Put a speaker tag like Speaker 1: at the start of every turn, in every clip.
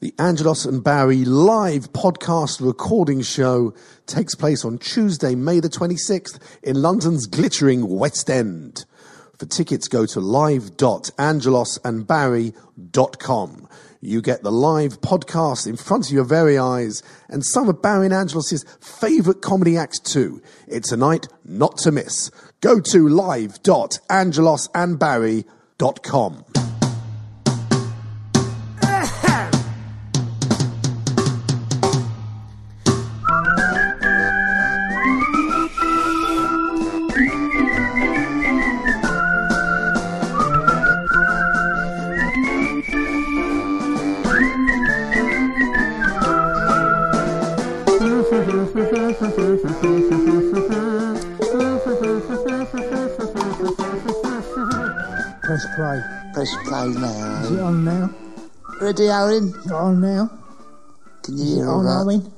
Speaker 1: The Angelos and Barry live podcast recording show takes place on Tuesday, May the 26th in London's glittering West End. For tickets, go to live.angelosandbarry.com. You get the live podcast in front of your very eyes and some of Barry and Angelos' favourite comedy acts too. It's a night not to miss. Go to live.angelosandbarry.com.
Speaker 2: Press play.
Speaker 3: Press play
Speaker 2: Is it
Speaker 3: now.
Speaker 2: on now?
Speaker 3: Ready, Owen?
Speaker 2: Is it on now?
Speaker 3: Can you hear all
Speaker 2: On,
Speaker 3: right?
Speaker 2: Owen?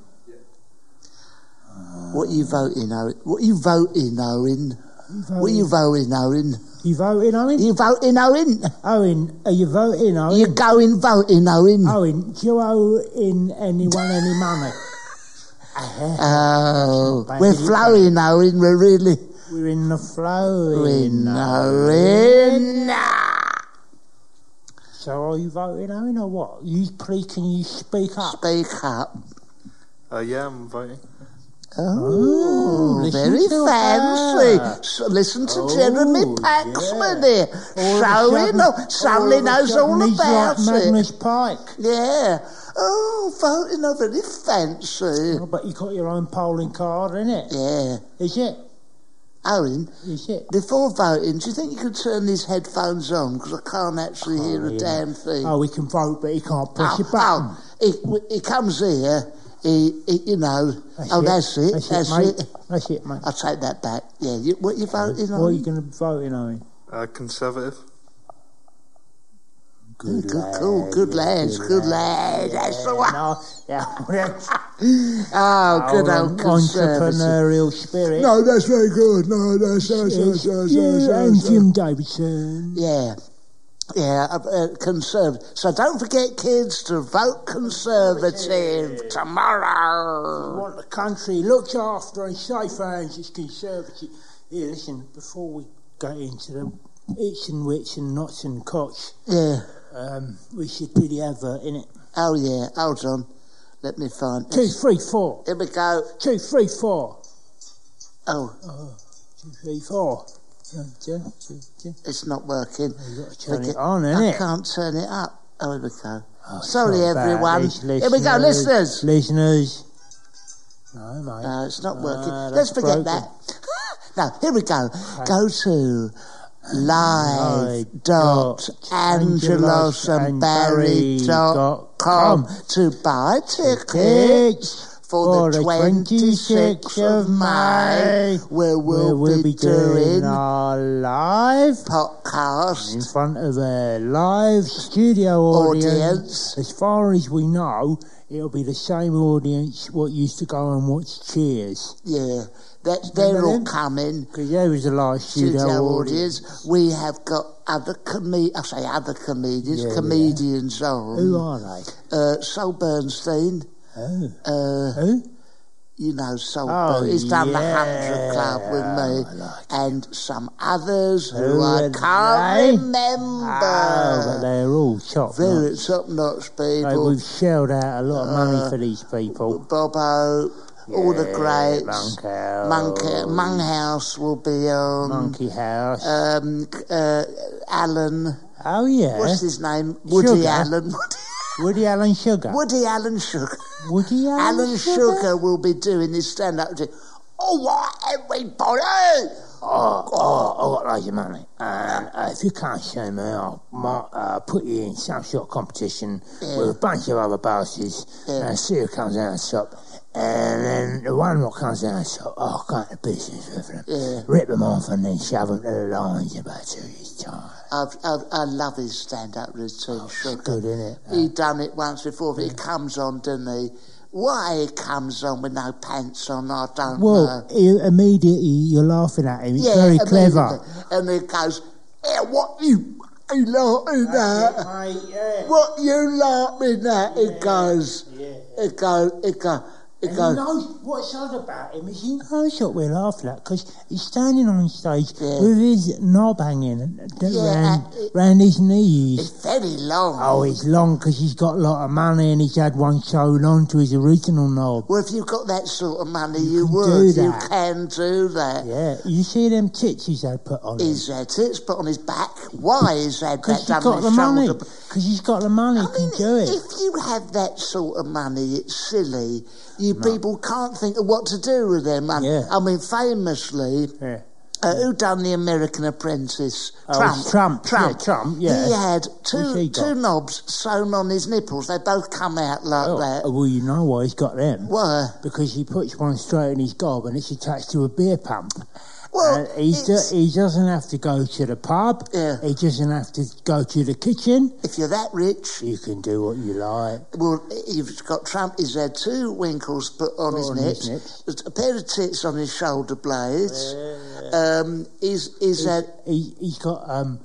Speaker 3: What are you voting, Owen? What are you voting, Owen? What are you voting, Owen?
Speaker 2: You voting, Owen?
Speaker 3: You voting, Owen?
Speaker 2: Owen, are you voting, Owen?
Speaker 3: You going voting, Owen?
Speaker 2: Owen, do you owe in anyone any money?
Speaker 3: Oh,
Speaker 2: Bad,
Speaker 3: we're
Speaker 2: isn't it?
Speaker 3: flowing, Owen. We're really
Speaker 2: We're in the flow.
Speaker 3: flowing,
Speaker 2: in.
Speaker 3: Owen.
Speaker 2: So are you voting, Owen, or what? You pre, can you speak up?
Speaker 3: Speak up.
Speaker 4: Uh, yeah, I'm voting.
Speaker 3: Oh,
Speaker 2: listen
Speaker 3: very
Speaker 2: to
Speaker 3: fancy.
Speaker 2: her.
Speaker 3: So listen to Jeremy Paxman here.
Speaker 2: All of a
Speaker 3: Showing,
Speaker 2: sudden-
Speaker 3: oh, somebody
Speaker 2: of a
Speaker 3: knows
Speaker 2: sudden
Speaker 3: all
Speaker 2: he's like
Speaker 3: about it.
Speaker 2: Magnus Pike.
Speaker 3: Yeah. Oh, voting are very fancy.
Speaker 2: Oh, but you got your own polling card, innit?
Speaker 3: Yeah.
Speaker 2: Is it?
Speaker 3: Owen,
Speaker 2: Is it?
Speaker 3: before voting, do you think you could turn these headphones on? Because I can't actually hear a damn thing.
Speaker 2: Oh, he can vote, but he can't press
Speaker 3: Oh,
Speaker 2: your button.
Speaker 3: oh, he, he comes here, he, he you know. oh, that's it. That's,
Speaker 2: mate.
Speaker 3: it.
Speaker 2: That's it, mate.
Speaker 3: I'll take that back. Yeah, you, what you voting
Speaker 2: What are
Speaker 3: on?
Speaker 2: you going to vote in, Owen?
Speaker 4: Uh, conservative.
Speaker 3: Good, good, cool, good lads, good lad. That's the one.
Speaker 2: No, yeah, that's
Speaker 3: Oh, good
Speaker 2: our
Speaker 3: old conservative.
Speaker 2: entrepreneurial spirit.
Speaker 3: that's very good. No, that's that's
Speaker 2: It's you and Jim Davidson.
Speaker 3: Yeah. Yeah, uh, uh, conservative. So don't forget, kids, to vote conservative
Speaker 2: We
Speaker 3: tomorrow.
Speaker 2: want the country looked after and safe hands. It's conservative. Here, listen, before we go into the eats and wits and knots and cots,
Speaker 3: Yeah.
Speaker 2: um, we should do the advert, innit?
Speaker 3: Oh, yeah. Hold on. Let me find.
Speaker 2: Two, three, four.
Speaker 3: Here we go.
Speaker 2: Two, three, four.
Speaker 3: Oh,
Speaker 2: Two, three, four. One, two, two, two.
Speaker 3: it's not working.
Speaker 2: You've got to turn
Speaker 3: Forget-
Speaker 2: it on,
Speaker 3: I
Speaker 2: innit?
Speaker 3: can't turn it up. Oh, here we go.
Speaker 2: it's
Speaker 3: Sorry,
Speaker 2: not bad.
Speaker 3: everyone.
Speaker 2: It's
Speaker 3: Here we go, listeners.
Speaker 2: Listeners. No, mate.
Speaker 3: No, Uh, it's not
Speaker 2: Ah,
Speaker 3: working.
Speaker 2: that's
Speaker 3: Let's forget
Speaker 2: broken.
Speaker 3: that. no, here we go. Go to live dot angelos and barry dot com to buy tickets for the 26th of May, where we'll, be, doing
Speaker 2: our live in
Speaker 3: podcast.
Speaker 2: front of a live studio audience.
Speaker 3: Audience.
Speaker 2: As far as we know, it'll be the same audience what used to go and watch Cheers.
Speaker 3: Yeah, that, they're all
Speaker 2: Remember them?
Speaker 3: coming.
Speaker 2: Because there was a live studio,
Speaker 3: studio
Speaker 2: audience.
Speaker 3: audience. We have got other comedians, I say other comedians, comedians on.
Speaker 2: Who are they?
Speaker 3: Uh, Sol Bernstein,
Speaker 2: Oh.
Speaker 3: uh,
Speaker 2: Who?
Speaker 3: you know Sol
Speaker 2: Oh,
Speaker 3: Bernstein, he's done the
Speaker 2: yeah,
Speaker 3: Hundred Club with me, and some others who,
Speaker 2: Who
Speaker 3: I
Speaker 2: are
Speaker 3: can't
Speaker 2: they?
Speaker 3: remember.
Speaker 2: Oh, but they're all top
Speaker 3: Uh, Very
Speaker 2: notch.
Speaker 3: top-notch
Speaker 2: Like,
Speaker 3: people.
Speaker 2: we've shelled out a lot of money
Speaker 3: Uh,
Speaker 2: for these
Speaker 3: mm.
Speaker 2: people.
Speaker 3: Bobo, all the
Speaker 2: Yeah,
Speaker 3: greats.
Speaker 2: Monkhouse.
Speaker 3: Monkey, Munghouse will be on.
Speaker 2: Monkey House.
Speaker 3: Um, uh, Alan.
Speaker 2: oh, yeah.
Speaker 3: What's his name? Woody
Speaker 2: Sugar.
Speaker 3: Allen. Woody,
Speaker 2: Woody Allen Sugar.
Speaker 3: Woody Allen Sugar.
Speaker 2: Woody Allen,
Speaker 3: Allen Sugar will be doing his stand up. All right, Oh, everybody.
Speaker 2: Oh, oh, I got loads of money. And uh, if you can't show me, I'll mar- uh, put you in some sort of competition with a bunch of other bosses and see who comes out top. And then the oh, one that comes out top, I'll go into business with them, rip them off, and then shove them to the lions in about two years' time.
Speaker 3: I, I, I love his stand-up routine. Sugar.
Speaker 2: Oh, good, innit?
Speaker 3: He done it once before, but he comes on, doesn't he? Why he comes on with no pants on, I don't
Speaker 2: Uh,
Speaker 5: Well,
Speaker 3: know.
Speaker 5: i immediately you're laughing at him. It's
Speaker 3: Yeah,
Speaker 5: very
Speaker 3: immediately.
Speaker 5: clever.
Speaker 3: And he goes, yeah, what you you laughing
Speaker 2: Uh,
Speaker 3: at? What you laughing at? He goes, he goes, he goes, he
Speaker 2: He
Speaker 3: goes,
Speaker 2: knows what's odd about him is he knows what we're laughing at because he's standing on stage with his knob hanging
Speaker 3: Yeah,
Speaker 2: round,
Speaker 3: uh, it-
Speaker 2: round his knees.
Speaker 3: it's very long.
Speaker 2: Oh, it's long because he's got a lot of money and he's had one sewn on to his original knob.
Speaker 3: Well, if you've got that sort of money, you,
Speaker 2: can
Speaker 3: would.
Speaker 2: do
Speaker 3: You
Speaker 2: that.
Speaker 3: can do that.
Speaker 2: Yeah, you see them tits he's had put on him.
Speaker 3: He's had tits put on his back. Why is that
Speaker 2: Because he's
Speaker 3: that done
Speaker 2: got
Speaker 3: on
Speaker 2: the
Speaker 3: his
Speaker 2: money.
Speaker 3: shoulder?
Speaker 2: Because he's got the money,
Speaker 3: I mean,
Speaker 2: can do it.
Speaker 3: if you have that sort of money, it's silly. You people can't think of what to do with their money.
Speaker 2: Yeah.
Speaker 3: I mean, famously,
Speaker 2: Yeah.
Speaker 3: uh, who done the American Apprentice?
Speaker 2: Oh, it's Trump. Yeah, Trump, yeah.
Speaker 3: He had
Speaker 2: Who's he
Speaker 3: two
Speaker 2: got?
Speaker 3: two knobs sewn on his nipples. They both come out like that.
Speaker 2: Oh, well, you know why he's got them.
Speaker 3: Why?
Speaker 2: Because he puts one straight in his gob and it's attached to a beer pump.
Speaker 3: Well,
Speaker 2: And he, do,
Speaker 3: it's-
Speaker 2: he doesn't have to go to the pub.
Speaker 3: Yeah.
Speaker 2: He doesn't have to go to the kitchen.
Speaker 3: If you're that rich,
Speaker 2: You can do what you like.
Speaker 3: Well, you've got Trump. He's had two winkles put on, his,
Speaker 2: on
Speaker 3: nips,
Speaker 2: his nips.
Speaker 3: there's a pair of tits on his shoulder blades. Um, he's he's had.
Speaker 2: He, he's got um,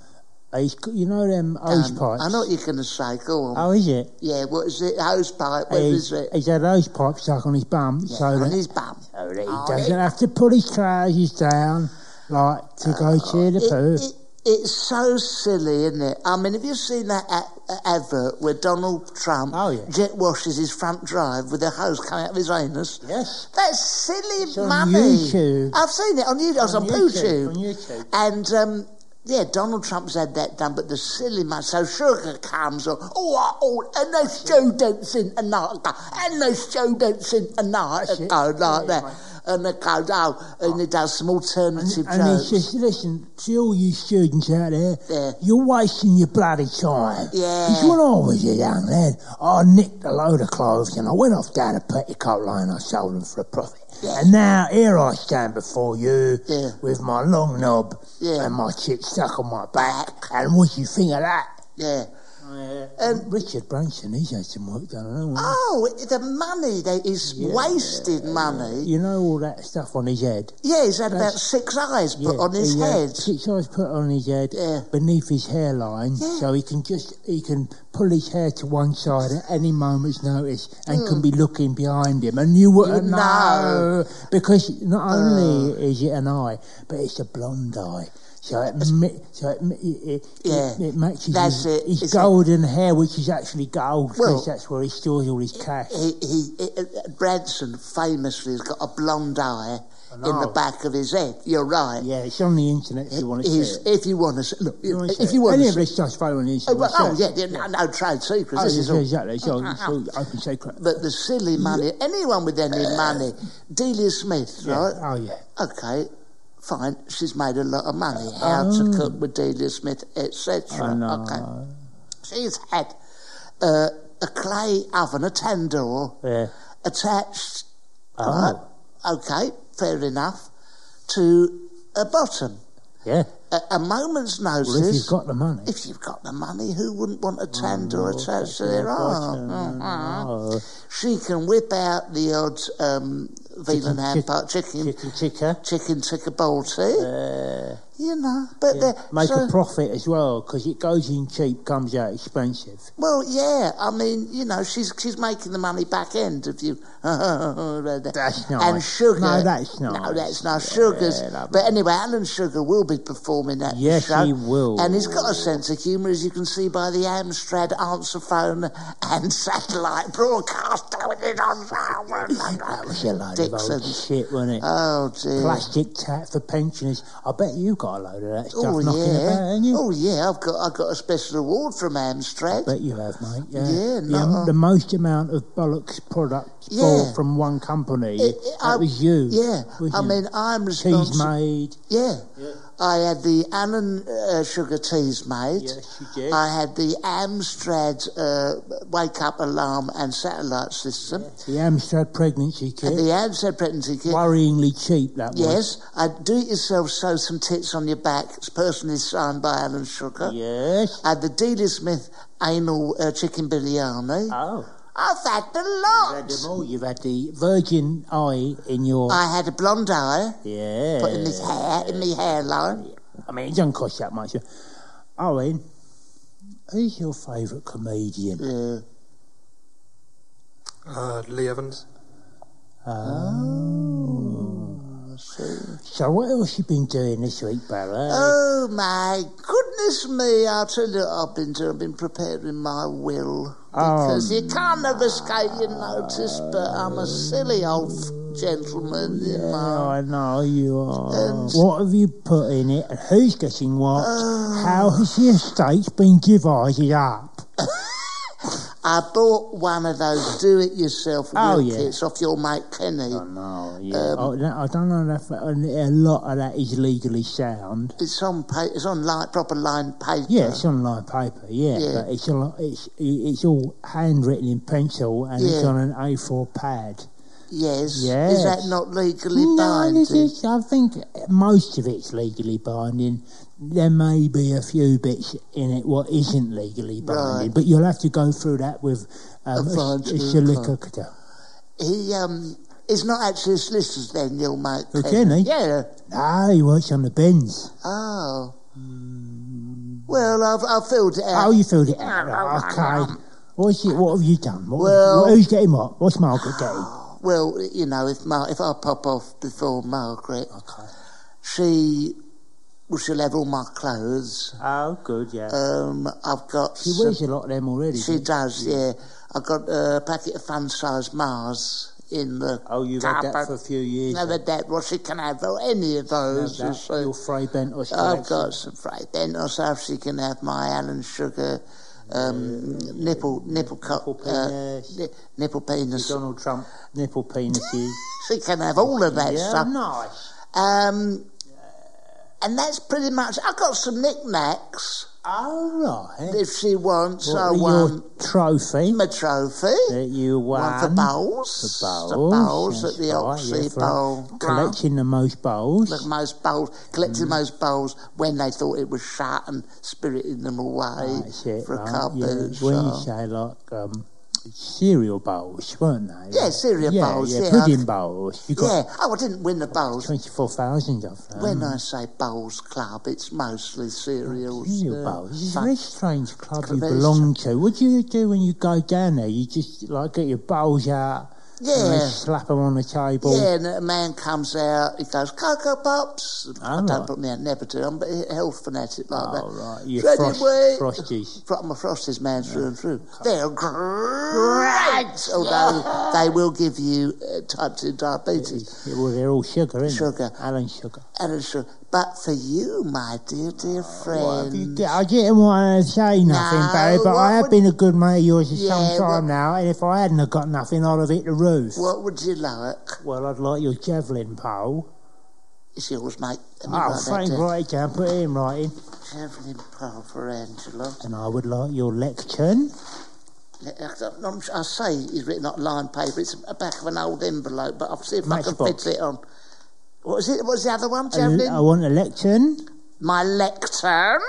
Speaker 2: he's got, you know them hose
Speaker 3: um,
Speaker 2: pipes.
Speaker 3: I know what you're going to say. Go on.
Speaker 2: Oh, is it?
Speaker 3: Yeah, what is it? Hose pipe. What
Speaker 2: He's,
Speaker 3: is it?
Speaker 2: he's had hose pipes stuck on his bum, so
Speaker 3: on
Speaker 2: that
Speaker 3: his bum.
Speaker 2: so that he
Speaker 3: Oh,
Speaker 2: doesn't have to put his trousers down like to go to the poo.
Speaker 3: Uh, It, it, it's so silly, isn't it? I mean, have you seen that a- a- advert where Donald Trump
Speaker 2: Oh, yeah.
Speaker 3: jet washes his front drive with a hose coming out of his anus?
Speaker 2: Yes.
Speaker 3: That's silly
Speaker 2: on
Speaker 3: money.
Speaker 2: YouTube.
Speaker 3: I've seen it on YouTube. I was on,
Speaker 2: On YouTube, on
Speaker 3: Pootube.
Speaker 2: YouTube.
Speaker 3: And, um, yeah, Donald Trump's had that done, but the silly man. So sugar comes on. Oh, I- oh, and the students in Antarctica, and the students in Antarctica, like that. And it goes, oh, and he does some alternative
Speaker 2: And
Speaker 3: jokes.
Speaker 2: he says, listen, to all you students out there,
Speaker 3: Yeah.
Speaker 2: you're wasting your bloody time.
Speaker 3: Yeah.
Speaker 2: Because when I was a young lad, I nicked a load of clothes and I went off down a petticoat line I sold them for a profit. And now here I stand before you
Speaker 3: Yeah.
Speaker 2: with my long knob
Speaker 3: Yeah.
Speaker 2: and my shit stuck on my back. And what do you think of that?
Speaker 3: yeah.
Speaker 2: And Richard Branson, he's had some work done. I don't know.
Speaker 3: Oh, the money that is wasted money.
Speaker 2: You know all that stuff on his head.
Speaker 3: Yeah, he's had about six eyes put
Speaker 2: Yeah,
Speaker 3: on his
Speaker 2: he, uh,
Speaker 3: head.
Speaker 2: Six eyes put on his head
Speaker 3: Yeah.
Speaker 2: beneath his hairline, so he can just he can pull his hair to one side at any moment's notice and can be looking behind him, and Hmm. you wouldn't
Speaker 3: know.
Speaker 2: know Hmm. because not only is it an eye, but it's a blonde eye. So it, mi- so it, mi- it, it,
Speaker 3: Yeah,
Speaker 2: it matches
Speaker 3: that's
Speaker 2: his,
Speaker 3: it,
Speaker 2: his
Speaker 3: it's a-
Speaker 2: golden hair, which is actually gold
Speaker 3: Well-
Speaker 2: because that's where he stores all his cash.
Speaker 3: He, he, he- Branson famously has got a blonde eye in the
Speaker 2: know.
Speaker 3: back of his head. You're right.
Speaker 2: yeah, it's on the internet if you want to see
Speaker 3: He's-
Speaker 2: it.
Speaker 3: if you want to see, look,
Speaker 2: You wanna see
Speaker 3: if
Speaker 2: it.
Speaker 3: you want
Speaker 2: any
Speaker 3: to
Speaker 2: of
Speaker 3: see,
Speaker 2: this stuff's found on the internet.
Speaker 3: oh, well, oh,
Speaker 2: search
Speaker 3: yeah,
Speaker 2: it.
Speaker 3: yeah, no, no trade secrets.
Speaker 2: Oh,
Speaker 3: this is Oh,
Speaker 2: yeah,
Speaker 3: all.
Speaker 2: exactly. It's all, it's all open secret.
Speaker 3: But the silly money, anyone with any money, Delia Smith, right?
Speaker 2: Oh yeah.
Speaker 3: okay, fine, she's made a lot of money.
Speaker 2: Oh.
Speaker 3: How to cook with Delia Smith, etc. Okay. She's had uh, a clay oven, a tandoor,
Speaker 2: Yeah. Oh.
Speaker 3: attached, right? okay, fair enough, to a bottom.
Speaker 2: Yeah.
Speaker 3: A, a moment's notice.
Speaker 2: Well, if you've got Oh, the money.
Speaker 3: If you've got the money, who wouldn't want a tandoor attached to their arm? Mhm. She can whip out the odd um, veal and ham
Speaker 2: chick-
Speaker 3: part chicken,
Speaker 2: Chicken tikka.
Speaker 3: chicken tikka balti. you know, but they're-
Speaker 2: Uh, Make
Speaker 3: so-
Speaker 2: a profit as well, because it goes in cheap, comes out expensive.
Speaker 3: well, yeah. I mean, you know, she's she's making the money back end of you.
Speaker 2: nice.
Speaker 3: that's And sugar.
Speaker 2: No, that's
Speaker 3: No,
Speaker 2: nice.
Speaker 3: that's nice.
Speaker 2: Yeah,
Speaker 3: Sugars.
Speaker 2: lovely.
Speaker 3: but anyway, Alan Sugar will be performing at
Speaker 2: Yes,
Speaker 3: the show.
Speaker 2: he will.
Speaker 3: And he's got a sense of humour, as you can see by the Amstrad answer phone and satellite broadcaster.
Speaker 2: That was a load of old
Speaker 3: Dixon.
Speaker 2: shit, wasn't it?
Speaker 3: Oh dear.
Speaker 2: Plastic tap for pensioners. I bet you got a load of that stuff
Speaker 3: Oh
Speaker 2: knocking
Speaker 3: yeah,
Speaker 2: about, haven't you?
Speaker 3: oh yeah. I've got I've got a special award from Amstrad.
Speaker 2: Bet you have, mate. Yeah,
Speaker 3: Yeah,
Speaker 2: the,
Speaker 3: no,
Speaker 2: am-
Speaker 3: uh,
Speaker 2: the most amount of bollocks products
Speaker 3: Yeah.
Speaker 2: bought from one company.
Speaker 3: It- it-
Speaker 2: that
Speaker 3: I-
Speaker 2: was you.
Speaker 3: Yeah,
Speaker 2: was
Speaker 3: I
Speaker 2: you.
Speaker 3: mean I'm
Speaker 2: teas
Speaker 3: responsible.
Speaker 2: made.
Speaker 3: Yeah. I had the Allen uh, sugar teas made.
Speaker 2: Yes, you did.
Speaker 3: I had the Amstrad uh, wake up alarm and satellite system.
Speaker 2: The Amstrad pregnancy
Speaker 3: And
Speaker 2: kit,
Speaker 3: the Amstrad pregnancy kit.
Speaker 2: worryingly cheap that was.
Speaker 3: Yes, I do it yourself, sew some tits on your back. It's personally signed by Alan Sugar.
Speaker 2: Yes.
Speaker 3: I had the Dealey Smith anal uh, chicken biryani.
Speaker 2: Oh,
Speaker 3: I've had the
Speaker 2: you've had them
Speaker 3: lot.
Speaker 2: all. You've had the virgin eye in your.
Speaker 3: I had a blonde eye
Speaker 2: yeah.
Speaker 3: put in his hair, in my hairline.
Speaker 2: I mean, it doesn't cost that much. Owen, who's your favourite comedian?
Speaker 3: Uh,
Speaker 4: Uh, Lee Evans.
Speaker 2: So what else you been doing this week, Barry?
Speaker 3: Oh my goodness me! I'll tell you what I've been doing. I've been preparing my will because
Speaker 2: Oh,
Speaker 3: you can't have escaped your notice. But I'm a silly old f- gentleman, you
Speaker 2: Oh,
Speaker 3: know.
Speaker 2: I know you are. what have you put in it? And who's getting what? How has the estate been divided up?
Speaker 3: I bought one of those do-it-yourself
Speaker 2: Oh,
Speaker 3: will
Speaker 2: yeah.
Speaker 3: kits off your mate Kenny.
Speaker 2: No, yeah. oh, no, I don't know if a lot of that is legally sound.
Speaker 3: It's on pa- it's on like proper lined paper.
Speaker 2: Yeah, it's on live paper. Yeah,
Speaker 3: Yeah.
Speaker 2: but it's a lot, it's it's all handwritten in pencil and it's
Speaker 3: Yeah.
Speaker 2: on an A4 pad.
Speaker 3: Yes.
Speaker 2: Yes.
Speaker 3: Is that not legally
Speaker 2: No,
Speaker 3: binding?
Speaker 2: this is, I think most of it's legally binding. There may be a few bits in it what isn't legally binding,
Speaker 3: Right.
Speaker 2: but you'll have to go through that with um,
Speaker 3: A
Speaker 2: a,
Speaker 3: fine
Speaker 2: a
Speaker 3: tooth
Speaker 2: solicitor.
Speaker 3: He um. is not actually a solicitor then, your mate.
Speaker 2: Oh, Kenny?
Speaker 3: Kenny. Yeah.
Speaker 2: Ah, he works on the bins.
Speaker 3: Oh. Well, I've, I've filled it
Speaker 2: Oh,
Speaker 3: out.
Speaker 2: you filled it out. Oh, okay. What's it, what have you done? What,
Speaker 3: Well-
Speaker 2: who's getting what? What's Margaret getting?
Speaker 3: Well, you know, if Mar- if I pop off before Margaret, she well, she'll have all my clothes.
Speaker 2: Oh, good, yeah.
Speaker 3: Um, I've got.
Speaker 2: she wears a lot of them already.
Speaker 3: she
Speaker 2: doesn't
Speaker 3: does, yeah. I've got a packet of fun-sized Mars in the.
Speaker 2: Oh, you've had that
Speaker 3: cupboard.
Speaker 2: for a few years.
Speaker 3: No, but that well, she can have well, any
Speaker 2: Have
Speaker 3: of those. you
Speaker 2: that,
Speaker 3: see.
Speaker 2: your Fray Bentos
Speaker 3: I've
Speaker 2: collection.
Speaker 3: got some fried bentos. so She can have my Alan Sugar um, nipple nipple cup
Speaker 2: Nipple
Speaker 3: uh,
Speaker 2: penis.
Speaker 3: ni- nipple penis.
Speaker 2: Donald Trump nipple penises.
Speaker 3: She can have all of that
Speaker 2: yeah,
Speaker 3: stuff.
Speaker 2: nice.
Speaker 3: Um, and that's pretty much. I've got some knickknacks
Speaker 2: All right.
Speaker 3: if she wants.
Speaker 2: What
Speaker 3: I
Speaker 2: were
Speaker 3: won
Speaker 2: your trophy
Speaker 3: my trophy.
Speaker 2: that you won.
Speaker 3: um, One for bowls.
Speaker 2: Bowls,
Speaker 3: The bowls
Speaker 2: that's
Speaker 3: at the
Speaker 2: right,
Speaker 3: Oxy
Speaker 2: yeah, for
Speaker 3: Bowl. Grant.
Speaker 2: Collecting the most bowls.
Speaker 3: The most bowls,
Speaker 2: Mm.
Speaker 3: collecting most bowls when they thought it was shut and spiriting them away
Speaker 2: That's Ah, it,
Speaker 3: for a
Speaker 2: right, yeah.
Speaker 3: cupboard.
Speaker 2: When you
Speaker 3: so-
Speaker 2: say like um, cereal bowls, weren't they?
Speaker 3: Yeah, cereal
Speaker 2: yeah,
Speaker 3: bowls,
Speaker 2: Yeah,
Speaker 3: yeah.
Speaker 2: pudding bowls. You got
Speaker 3: yeah, oh, I didn't win the bowls.
Speaker 2: twenty-four thousand of them.
Speaker 3: When I say bowls club, it's mostly cereals.
Speaker 2: Cereal
Speaker 3: uh,
Speaker 2: bowls. It's a
Speaker 3: fun-
Speaker 2: very strange club you
Speaker 3: Very
Speaker 2: belong to. What do you do when you go down there? You just like get your bowls out and they
Speaker 3: Yeah.
Speaker 2: slap them on the table.
Speaker 3: Yeah, and a man comes out, he goes, Cocoa Pops. I
Speaker 2: Oh,
Speaker 3: don't
Speaker 2: right.
Speaker 3: put me out, never do. I'm a health fanatic like
Speaker 2: Oh,
Speaker 3: that.
Speaker 2: right. Your
Speaker 3: But
Speaker 2: frost-
Speaker 3: anyway-
Speaker 2: frosties.
Speaker 3: Fro- I'm a Frosties man through and through. They're great, although they will give you uh, type 2 diabetes.
Speaker 2: Yeah, well, they're all sugar, isn't
Speaker 3: Sugar.
Speaker 2: they? Alan Sugar.
Speaker 3: And it's true. But for you, my dear, dear
Speaker 2: Uh, Well, if you
Speaker 3: friend,
Speaker 2: get- I didn't want to say nothing,
Speaker 3: No,
Speaker 2: Barry, but
Speaker 3: what
Speaker 2: I have
Speaker 3: would-
Speaker 2: been a good mate of yours for
Speaker 3: Yeah,
Speaker 2: some time
Speaker 3: what-
Speaker 2: now, and if I hadn't have got nothing, I'd have hit the roof.
Speaker 3: what would you like?
Speaker 2: Well, I'd like your javelin pole.
Speaker 3: It's yours, mate. Let me
Speaker 2: Oh,
Speaker 3: write that
Speaker 2: Frank,
Speaker 3: down.
Speaker 2: write it down, put it in writing.
Speaker 3: Javelin pole for Angela.
Speaker 2: And I would like your lectern.
Speaker 3: I say he's written on line paper. It's the back of an old envelope, but I'll see if I can
Speaker 2: Matchbox.
Speaker 3: fit it on. What was it? What was the other one,
Speaker 2: A l- oh.
Speaker 3: Javelin?
Speaker 2: I want a lectern.
Speaker 3: My lectern.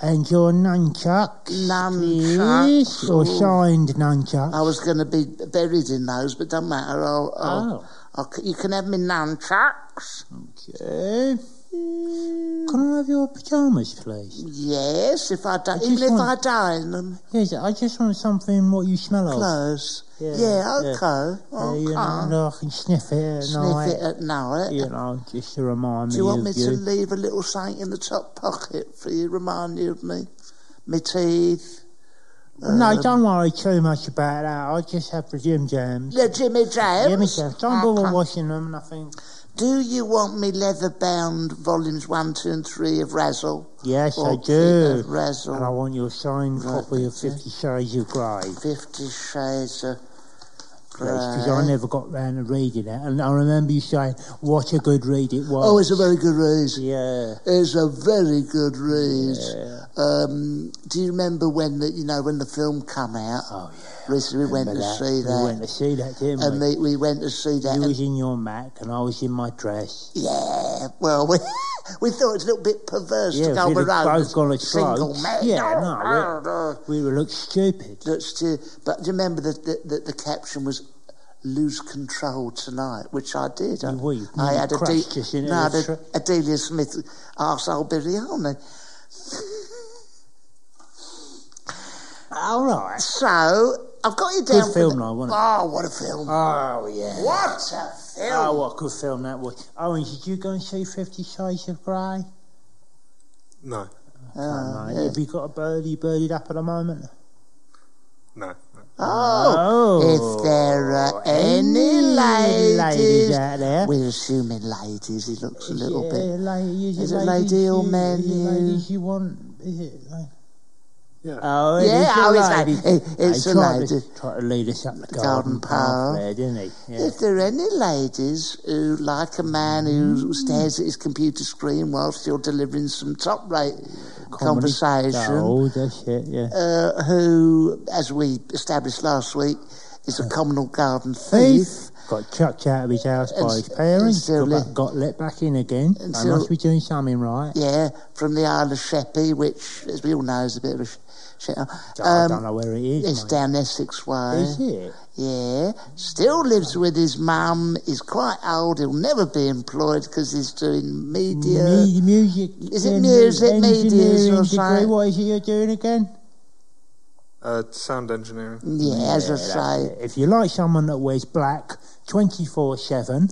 Speaker 2: And your nunchucks.
Speaker 3: Nunchucks.
Speaker 2: please, Or
Speaker 3: Ooh.
Speaker 2: shined nunchucks.
Speaker 3: I was going to be buried in those, but don't matter. I'll,
Speaker 2: Oh.
Speaker 3: I'll, I'll, you can have me nunchucks.
Speaker 2: Mm. Okay. Can I have your pyjamas, please?
Speaker 3: Yes, if I die,
Speaker 2: just
Speaker 3: even if I
Speaker 2: want-
Speaker 3: die in them.
Speaker 2: Yes, I just want something what you smell of.
Speaker 3: Close. Yeah,
Speaker 2: Yeah, yeah.
Speaker 3: okay.
Speaker 2: Uh,
Speaker 3: okay.
Speaker 2: you know, that I can sniff it at
Speaker 3: Oh, Sniff
Speaker 2: night.
Speaker 3: it at night.
Speaker 2: You know, just to remind
Speaker 3: Do
Speaker 2: me
Speaker 3: you want
Speaker 2: of
Speaker 3: me
Speaker 2: you.
Speaker 3: to leave a little something in the top pocket for you, remind you of me? My teeth. uh,
Speaker 2: no, don't worry too much about that. I just have the Jim Jams.
Speaker 3: The Jimmy Jams. Oh,
Speaker 2: Jimmy Jams. Don't bother washing them, nothing.
Speaker 3: Do you want me leather bound volumes one, two, and three of Razzle?
Speaker 2: Yes,
Speaker 3: Or
Speaker 2: I
Speaker 3: King
Speaker 2: do.
Speaker 3: of Razzle.
Speaker 2: And I want your signed
Speaker 3: Right,
Speaker 2: copy of
Speaker 3: okay.
Speaker 2: Fifty Shades of Grey.
Speaker 3: Fifty Shades of Grey.
Speaker 2: Because I never got round to reading it. And I remember you saying, what a good read it was.
Speaker 3: Oh, it's a very good read.
Speaker 2: Yeah.
Speaker 3: It's a very good read. Um, do you remember when the you know when the film come out?
Speaker 2: Oh, yeah.
Speaker 3: Recently, we went to
Speaker 2: Remember that.
Speaker 3: see that,
Speaker 2: We went to see that, didn't
Speaker 3: and
Speaker 2: we?
Speaker 3: we, we went to see that.
Speaker 2: you
Speaker 3: and-
Speaker 2: was in your Mac and I was in my dress.
Speaker 3: yeah, well, we, we thought it was a little bit perverse to
Speaker 2: Yeah,
Speaker 3: go
Speaker 2: we'd have
Speaker 3: around
Speaker 2: both gone as
Speaker 3: single
Speaker 2: blokes.
Speaker 3: man.
Speaker 2: Yeah,
Speaker 3: Oh,
Speaker 2: no,
Speaker 3: oh, oh.
Speaker 2: We were looked stupid.
Speaker 3: That's true. But do you remember that the, the, the caption was "Lose control tonight," which I did. I,
Speaker 2: You were, you
Speaker 3: I had a,
Speaker 2: crashed us into
Speaker 3: no, I had
Speaker 2: the
Speaker 3: a,
Speaker 2: tra-
Speaker 3: a Delia Smith arsehole biryani.
Speaker 2: All right.
Speaker 3: So I've got you down. for
Speaker 2: film
Speaker 3: the-
Speaker 2: though, wasn't it?
Speaker 3: Oh, what a film!
Speaker 2: Oh, yeah.
Speaker 3: What a
Speaker 2: Oh,
Speaker 3: film!
Speaker 2: what a good film that was. Owen, did you go and see Fifty Shades of Grey?
Speaker 4: No.
Speaker 2: Oh, mate. Have you got a birdie birdied up at the moment?
Speaker 4: No. no.
Speaker 2: Oh.
Speaker 3: If there are any
Speaker 2: ladies
Speaker 3: ladies,
Speaker 2: out there-
Speaker 3: we're assuming ladies. He looks a little
Speaker 2: yeah,
Speaker 3: bit.
Speaker 2: Lady, is,
Speaker 3: Is
Speaker 2: it
Speaker 3: it
Speaker 2: ladies
Speaker 3: lady or
Speaker 2: you-
Speaker 3: men
Speaker 2: Is it
Speaker 3: you-
Speaker 2: ladies you want? Is it like...
Speaker 4: Yeah.
Speaker 2: Oh, it
Speaker 3: Yeah,
Speaker 2: is a
Speaker 3: oh, it's
Speaker 2: lady.
Speaker 3: like- it- it's
Speaker 2: He
Speaker 3: a
Speaker 2: tried
Speaker 3: lady.
Speaker 2: To, tried to lead us up the garden,
Speaker 3: Garden
Speaker 2: path
Speaker 3: path.
Speaker 2: there, didn't he? Yeah.
Speaker 3: If there are any ladies who like a man
Speaker 2: Mm.
Speaker 3: who stares at his computer screen whilst you're delivering some top rate
Speaker 2: Comedy.
Speaker 3: conversation,
Speaker 2: Oh, that shit, yeah.
Speaker 3: uh, who, as we established last week, is
Speaker 2: Uh,
Speaker 3: a communal garden thief.
Speaker 2: Got chucked out of his house by his
Speaker 3: And-
Speaker 2: parents.
Speaker 3: and
Speaker 2: Got,
Speaker 3: so-
Speaker 2: back, got let back in again. They
Speaker 3: and so-
Speaker 2: must be doing something right.
Speaker 3: Yeah, from the Isle of Sheppey, which, as we all know, is a bit of a sh- shit.
Speaker 2: I don't
Speaker 3: Um,
Speaker 2: know where it is.
Speaker 3: it's
Speaker 2: mate.
Speaker 3: down Essex Way.
Speaker 2: Is it? Oh,
Speaker 3: Yeah. Still lives with his mum. He's quite old. He'll never be employed because he's doing media.
Speaker 2: Mu- music.
Speaker 3: Is it
Speaker 2: en-
Speaker 3: music, medias or
Speaker 2: engineering degree?
Speaker 3: something?
Speaker 2: What is it you're doing again?
Speaker 4: Uh, sound engineering.
Speaker 3: yeah, as I
Speaker 2: Yeah,
Speaker 3: say.
Speaker 2: that's it. If you like someone that wears black 24 7,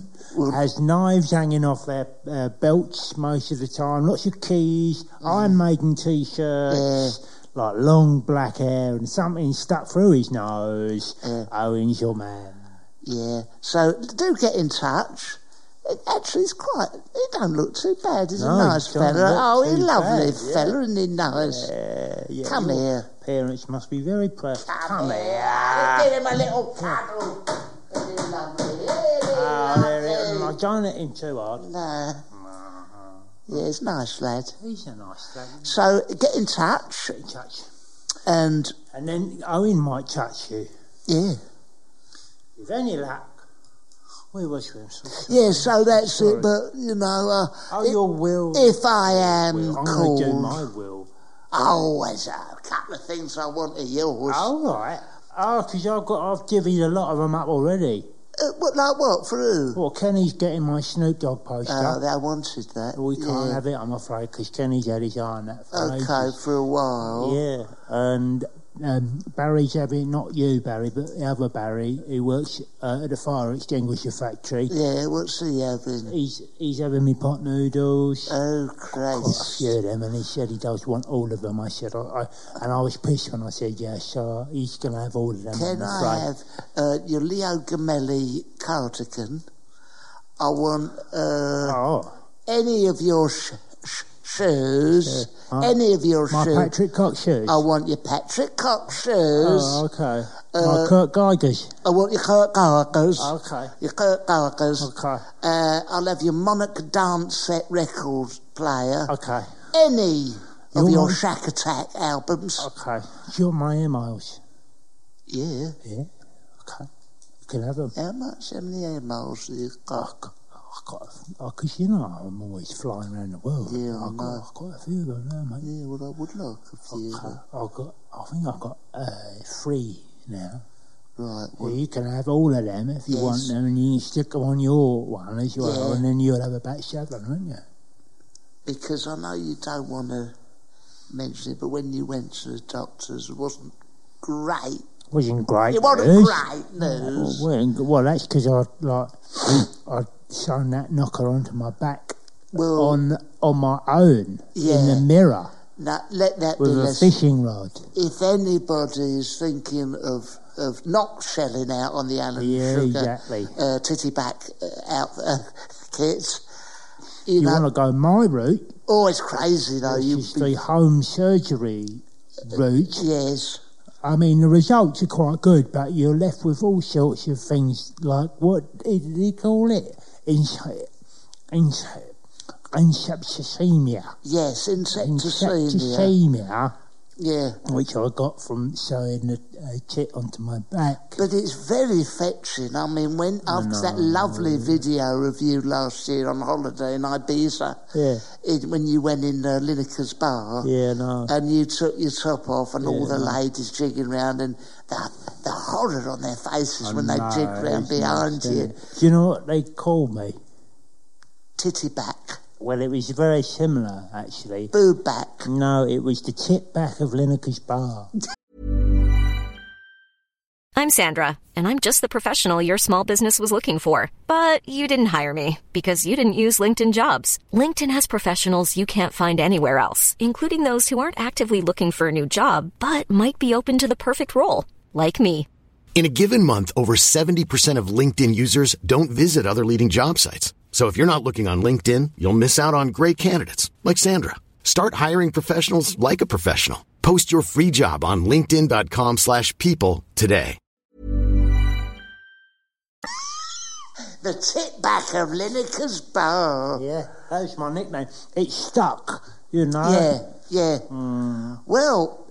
Speaker 2: has knives hanging off their uh, belts most of the time, lots of keys, Iron Maiden t shirts, like long black hair, and something stuck through his nose, Owen's your man.
Speaker 3: Yeah. So do get in touch. It actually, it's quite. He don't look too bad. He's
Speaker 2: No,
Speaker 3: a
Speaker 2: he
Speaker 3: nice
Speaker 2: don't
Speaker 3: fella.
Speaker 2: look
Speaker 3: Oh, he's
Speaker 2: too
Speaker 3: lovely
Speaker 2: bad, yeah.
Speaker 3: fella, and he knows.
Speaker 2: Uh, yeah,
Speaker 3: Come
Speaker 2: your
Speaker 3: here.
Speaker 2: Parents must be very proud. Come
Speaker 3: Yeah.
Speaker 2: here.
Speaker 3: Give him a little cuddle. Isn't he lovely? Isn't he
Speaker 2: Oh, there it is.
Speaker 3: lovely?
Speaker 2: I don't hit him too hard.
Speaker 3: No.
Speaker 2: Uh-huh.
Speaker 3: Yeah, it's nice, lad.
Speaker 2: He's a nice lad. isn't
Speaker 3: So get in touch
Speaker 2: he? Touch.
Speaker 3: and
Speaker 2: And then Owen might touch you.
Speaker 3: yeah.
Speaker 2: With any luck, we wish him success.
Speaker 3: Yeah, so that's it. But, you know, uh,
Speaker 2: Oh, your will.
Speaker 3: if I am
Speaker 2: will. I'm
Speaker 3: called.
Speaker 2: gonna do my will.
Speaker 3: Always a couple of things I want of yours.
Speaker 2: All right. Oh, because I've got I've divvied a lot of them up already.
Speaker 3: Uh, what, like what? For who?
Speaker 2: Well, Kenny's getting my Snoop Dogg poster.
Speaker 3: Oh, they wanted that.
Speaker 2: we can't
Speaker 3: yeah.
Speaker 2: have it, I'm afraid, because Kenny's had his eye on that for
Speaker 3: Okay,
Speaker 2: ages.
Speaker 3: for a while.
Speaker 2: Yeah, and um, Barry's having not you, Barry, but the other Barry who works uh, at the fire extinguisher factory.
Speaker 3: Yeah, what's he having?
Speaker 2: He's he's having me pot noodles.
Speaker 3: Oh,
Speaker 2: quite a
Speaker 3: Christ.
Speaker 2: few of them, and he said he does want all of them. I said, I, I and I was pissed when I said yes, so he's going to have all of them. I'm
Speaker 3: Can I
Speaker 2: afraid.
Speaker 3: have uh, your Leo Gamelli cardigan? I want uh,
Speaker 2: Oh,
Speaker 3: any of your sh- sh- shoes.
Speaker 2: My-
Speaker 3: any of your
Speaker 2: Uh, my
Speaker 3: shoes.
Speaker 2: Patrick Cox shoes.
Speaker 3: I want your Patrick Cox shoes.
Speaker 2: Oh, okay.
Speaker 3: uh,
Speaker 2: my Kurt Geiger's.
Speaker 3: I want your Kurt Gallagher's.
Speaker 2: Okay.
Speaker 3: Your Kurt Gallagher's.
Speaker 2: Okay.
Speaker 3: Uh, I'll have your Monarch Dance Set record player.
Speaker 2: Okay.
Speaker 3: Any of
Speaker 2: Oh. Your
Speaker 3: your
Speaker 2: mon- Oh.
Speaker 3: Shack Attack albums.
Speaker 2: Okay. You're my emails.
Speaker 3: Yeah.
Speaker 2: Yeah. Okay. You can have them.
Speaker 3: How much? How many air miles have you Oh, got?
Speaker 2: Because Oh, you know I'm always flying around the world.
Speaker 3: Yeah, I
Speaker 2: I've got,
Speaker 3: know.
Speaker 2: I've got a few of them now, mate.
Speaker 3: Yeah, well, I would like a few.
Speaker 2: Okay. I've got, I think I've got uh, three now.
Speaker 3: Right.
Speaker 2: Well, you can have all of them if you want
Speaker 3: Yes.
Speaker 2: them, and you can stick them on your one as well,
Speaker 3: Yeah.
Speaker 2: and then you'll have a back seven, won't you?
Speaker 3: because I know you don't want to mention it, but when you went to the doctors, it wasn't great.
Speaker 2: Wasn't great.
Speaker 3: It wasn't
Speaker 2: news.
Speaker 3: great
Speaker 2: Well,
Speaker 3: news.
Speaker 2: wasn't g- well, that's because I like I shown that knocker onto my back
Speaker 3: Well-
Speaker 2: on on my own in the
Speaker 3: Yeah.
Speaker 2: mirror
Speaker 3: Now, let that be
Speaker 2: with a
Speaker 3: less.
Speaker 2: fishing rod.
Speaker 3: If anybody is thinking of, of not shelling out on the Alan
Speaker 2: Yeah,
Speaker 3: Sugar
Speaker 2: exactly.
Speaker 3: uh, titty back uh, out there, tickets. You,
Speaker 2: You
Speaker 3: know,
Speaker 2: want to go my route,
Speaker 3: oh, it's crazy though.
Speaker 2: which
Speaker 3: You,
Speaker 2: is the home surgery route.
Speaker 3: yes,
Speaker 2: I mean, the results are quite good, but you're left with all sorts of things like what did he call it? Inse- inse- Insepticemia.
Speaker 3: yes, insecticide.
Speaker 2: Insepticemia,
Speaker 3: Yeah,
Speaker 2: which I got from sewing a, a tit onto my back.
Speaker 3: but it's very fetching. I mean, when after that lovely video of you last year on holiday in Ibiza,
Speaker 2: Yeah.
Speaker 3: in, when you went in uh, Lineker's bar,
Speaker 2: Yeah, no.
Speaker 3: and you took your top off, and all the
Speaker 2: Yeah.
Speaker 3: ladies jigging round, and the, the horror on their faces when they
Speaker 2: No,
Speaker 3: jig round
Speaker 2: uh, it's not
Speaker 3: behind you,
Speaker 2: silly. Do you know what they called me?
Speaker 3: titty back,
Speaker 2: Well, it was very similar, actually.
Speaker 3: boo back.
Speaker 2: No, it was the tit back of Lineker's bar.
Speaker 6: I'm Sandra, and I'm just the professional your small business was looking for. But you didn't hire me because you didn't use LinkedIn jobs. LinkedIn has professionals you can't find anywhere else, including those who aren't actively looking for a new job but might be open to the perfect role, like me.
Speaker 7: In a given month, over 70% of LinkedIn users don't visit other leading job sites. So if you're not looking on LinkedIn, you'll miss out on great candidates like Sandra. Start hiring professionals like a professional. Post your free job on linkedin.com/people slash people today.
Speaker 3: The tip back of Lineker's bar.
Speaker 2: Yeah, that was my nickname. It stuck, you know.
Speaker 3: Yeah, yeah.
Speaker 2: Mm.
Speaker 3: Well,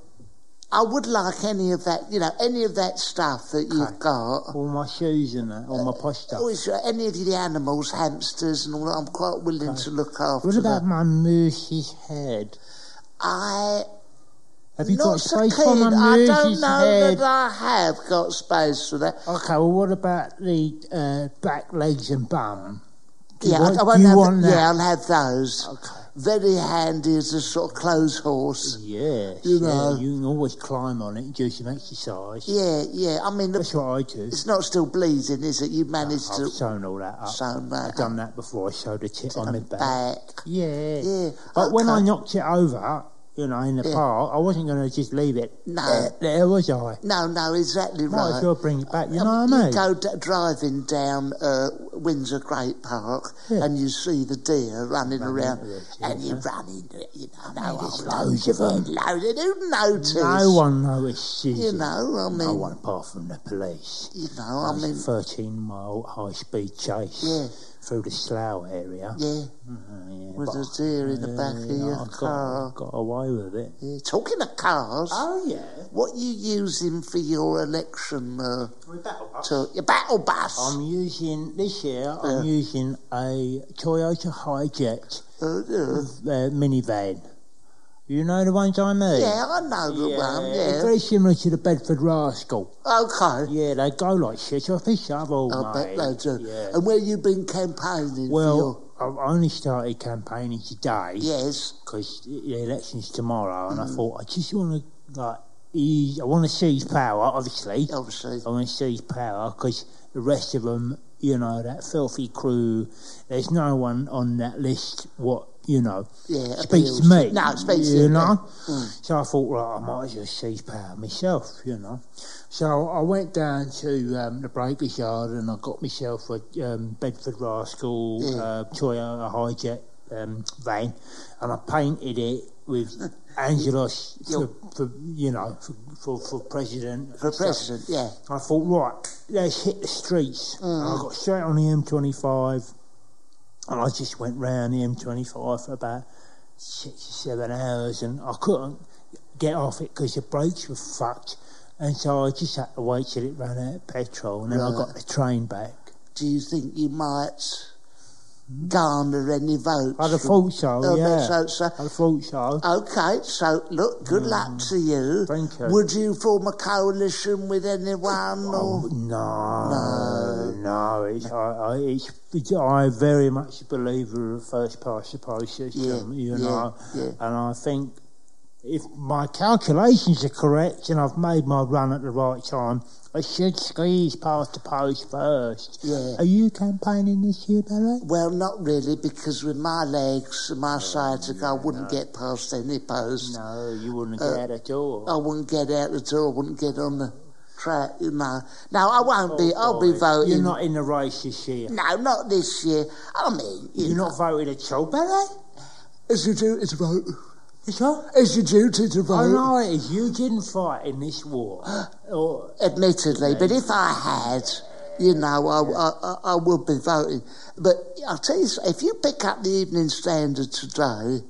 Speaker 3: I would like any of that, you know, any of that stuff that you've got.
Speaker 2: All my shoes and that,
Speaker 3: Uh,
Speaker 2: all my posture.
Speaker 3: Or is there any of the animals, hamsters and all that, I'm quite willing to look after.
Speaker 2: What about
Speaker 3: that.
Speaker 2: my moose's head?
Speaker 3: I
Speaker 2: Have you
Speaker 3: not
Speaker 2: got
Speaker 3: so
Speaker 2: space for my
Speaker 3: keen. I
Speaker 2: moose's
Speaker 3: don't know
Speaker 2: head?
Speaker 3: that I have got space for that.
Speaker 2: Okay, well, what about the uh, back legs and bum? Do
Speaker 3: Yeah,
Speaker 2: you want,
Speaker 3: I, I
Speaker 2: do
Speaker 3: won't
Speaker 2: you
Speaker 3: have,
Speaker 2: want
Speaker 3: yeah,
Speaker 2: that?
Speaker 3: I'll have those.
Speaker 2: Okay.
Speaker 3: Very handy as a sort of clothes horse.
Speaker 2: Yes,
Speaker 3: You
Speaker 2: you
Speaker 3: know.
Speaker 2: yeah, you can always climb on it and do some exercise.
Speaker 3: Yeah, yeah. I mean,
Speaker 2: That's
Speaker 3: the,
Speaker 2: what I do.
Speaker 3: it's not still bleeding, is it? You managed
Speaker 2: I've
Speaker 3: to
Speaker 2: sewn all that up.
Speaker 3: Sewn that
Speaker 2: I've done that before. I sewed a tit on my back.
Speaker 3: back.
Speaker 2: Yeah.
Speaker 3: Yeah,
Speaker 2: But when I
Speaker 3: okay.
Speaker 2: knocked it over, you know, in the park, I wasn't going to just leave it.
Speaker 3: No.
Speaker 2: There, there was I.
Speaker 3: No, no, exactly
Speaker 2: Might
Speaker 3: right.
Speaker 2: as well bring it back. You
Speaker 3: Um,
Speaker 2: know what I mean?
Speaker 3: go d- driving down uh, Windsor Great Park
Speaker 2: Yeah.
Speaker 3: and you see the deer running around
Speaker 2: into it,
Speaker 3: and you run into it, you know. No, loads of them. Loads of them noticed.
Speaker 2: no one noticed.
Speaker 3: You know, I mean,
Speaker 2: No one apart from the police.
Speaker 3: you know, I mean,
Speaker 2: 13 mile high speed chase
Speaker 3: Yeah.
Speaker 2: through the Slough area.
Speaker 3: yeah,
Speaker 2: Mm, yeah,
Speaker 3: with
Speaker 2: but,
Speaker 3: a deer in the back
Speaker 2: you
Speaker 3: of
Speaker 2: know,
Speaker 3: your
Speaker 2: I
Speaker 3: car.
Speaker 2: got, got away with it.
Speaker 3: Yeah. Talking of cars,
Speaker 2: Oh, yeah.
Speaker 3: what you using for your election uh,
Speaker 2: We battle bus.
Speaker 3: to your battle bus?
Speaker 2: I'm using, this year, I'm using a Toyota Hijet
Speaker 3: Uh, yeah.
Speaker 2: uh, minivan. You know the ones I mean?
Speaker 3: Yeah, I know the one.
Speaker 2: They're
Speaker 3: Yeah.
Speaker 2: Very similar to the Bedford Rascal.
Speaker 3: Okay.
Speaker 2: Yeah, they go like shit off each other,
Speaker 3: I
Speaker 2: mate.
Speaker 3: bet they do. Oh,
Speaker 2: Yeah.
Speaker 3: And where you been campaigning
Speaker 2: Well, I've only started campaigning today
Speaker 3: for your... Yes. Mm.
Speaker 2: because the election's tomorrow, and I thought I just want to like ease. I want to seize power, obviously.
Speaker 3: Obviously.
Speaker 2: I want to seize power because the rest of them, you know, that filthy crew. There's no one on that list. What you know.
Speaker 3: Yeah,
Speaker 2: speaks to
Speaker 3: appeals.
Speaker 2: me.
Speaker 3: No, it speaks to
Speaker 2: you
Speaker 3: you,
Speaker 2: know. So I thought, right, I might as well seize power myself, you know. So I went down to um, the Breakers Yard and I got myself a um, Bedford Rascal
Speaker 3: Mm.
Speaker 2: uh, Toyota hijet um, van, and I painted it with Angelos for, for you know for, for, for president
Speaker 3: For president, yeah. Mm.
Speaker 2: I thought, right, let's hit the streets. And I got straight on the M25 and I just went round the M25 for about six or seven hours and I couldn't get off it because the brakes were fucked. And so I just had to wait till it ran out of petrol and then I got the train back.
Speaker 3: Do you think you might
Speaker 2: Hmm?
Speaker 3: garner any votes?
Speaker 2: I'd have thought so,
Speaker 3: Oh,
Speaker 2: yeah.
Speaker 3: so- so-
Speaker 2: I'd have thought so.
Speaker 3: Okay, so look, good luck to you.
Speaker 2: Hmm. Thank you.
Speaker 3: Would you form a coalition with anyone?
Speaker 2: Oh.
Speaker 3: Or...
Speaker 2: No, no, it's, I, I, it's, it's, I very much a believer of first past the post system,
Speaker 3: Yeah,
Speaker 2: you
Speaker 3: yeah,
Speaker 2: know,
Speaker 3: yeah.
Speaker 2: and I think if my calculations are correct and I've made my run at the right time, I should squeeze past the post first.
Speaker 3: Yeah.
Speaker 2: Are you campaigning this year, Barry?
Speaker 3: Well, not really, because with my legs and
Speaker 2: Oh,
Speaker 3: my sciatica, I wouldn't get past any post.
Speaker 2: Uh, No, you wouldn't get out at all.
Speaker 3: I wouldn't get out the door, I wouldn't get on the try, you know. No, I won't be. I'll be voting.
Speaker 2: Oh, You're not in the race this year.
Speaker 3: No, not this year. I mean, you
Speaker 2: You're
Speaker 3: know.
Speaker 2: not voting at all, Barry?
Speaker 3: It's your duty to vote.
Speaker 2: It's all.
Speaker 3: It's your duty to vote.
Speaker 2: I know it is. You didn't fight in this war. Or,
Speaker 3: admittedly, but if I had, you know, I, I, I, I would be voting. But I'll tell you, if you pick up the Evening Standard today,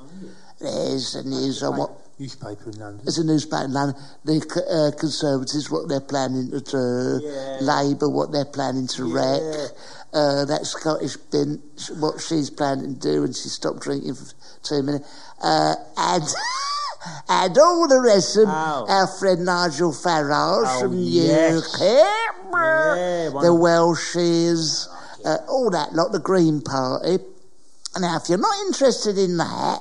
Speaker 3: there's the news on what.
Speaker 2: newspaper in London.
Speaker 3: As a newspaper in London, the c- uh, Conservatives, what they're planning to do,
Speaker 2: Yeah.
Speaker 3: Labour, what they're planning to wreck, uh, that Scottish bin, sh- what she's planning to do, and she stopped drinking for two minutes, uh, and and all the rest of
Speaker 2: Oh.
Speaker 3: our friend Nigel Farage
Speaker 2: Oh,
Speaker 3: from
Speaker 2: yes.
Speaker 3: UKIP,
Speaker 2: Yeah,
Speaker 3: the
Speaker 2: wonderful.
Speaker 3: Welshes, uh, all that lot, the Green Party. Now, if you're not interested in that,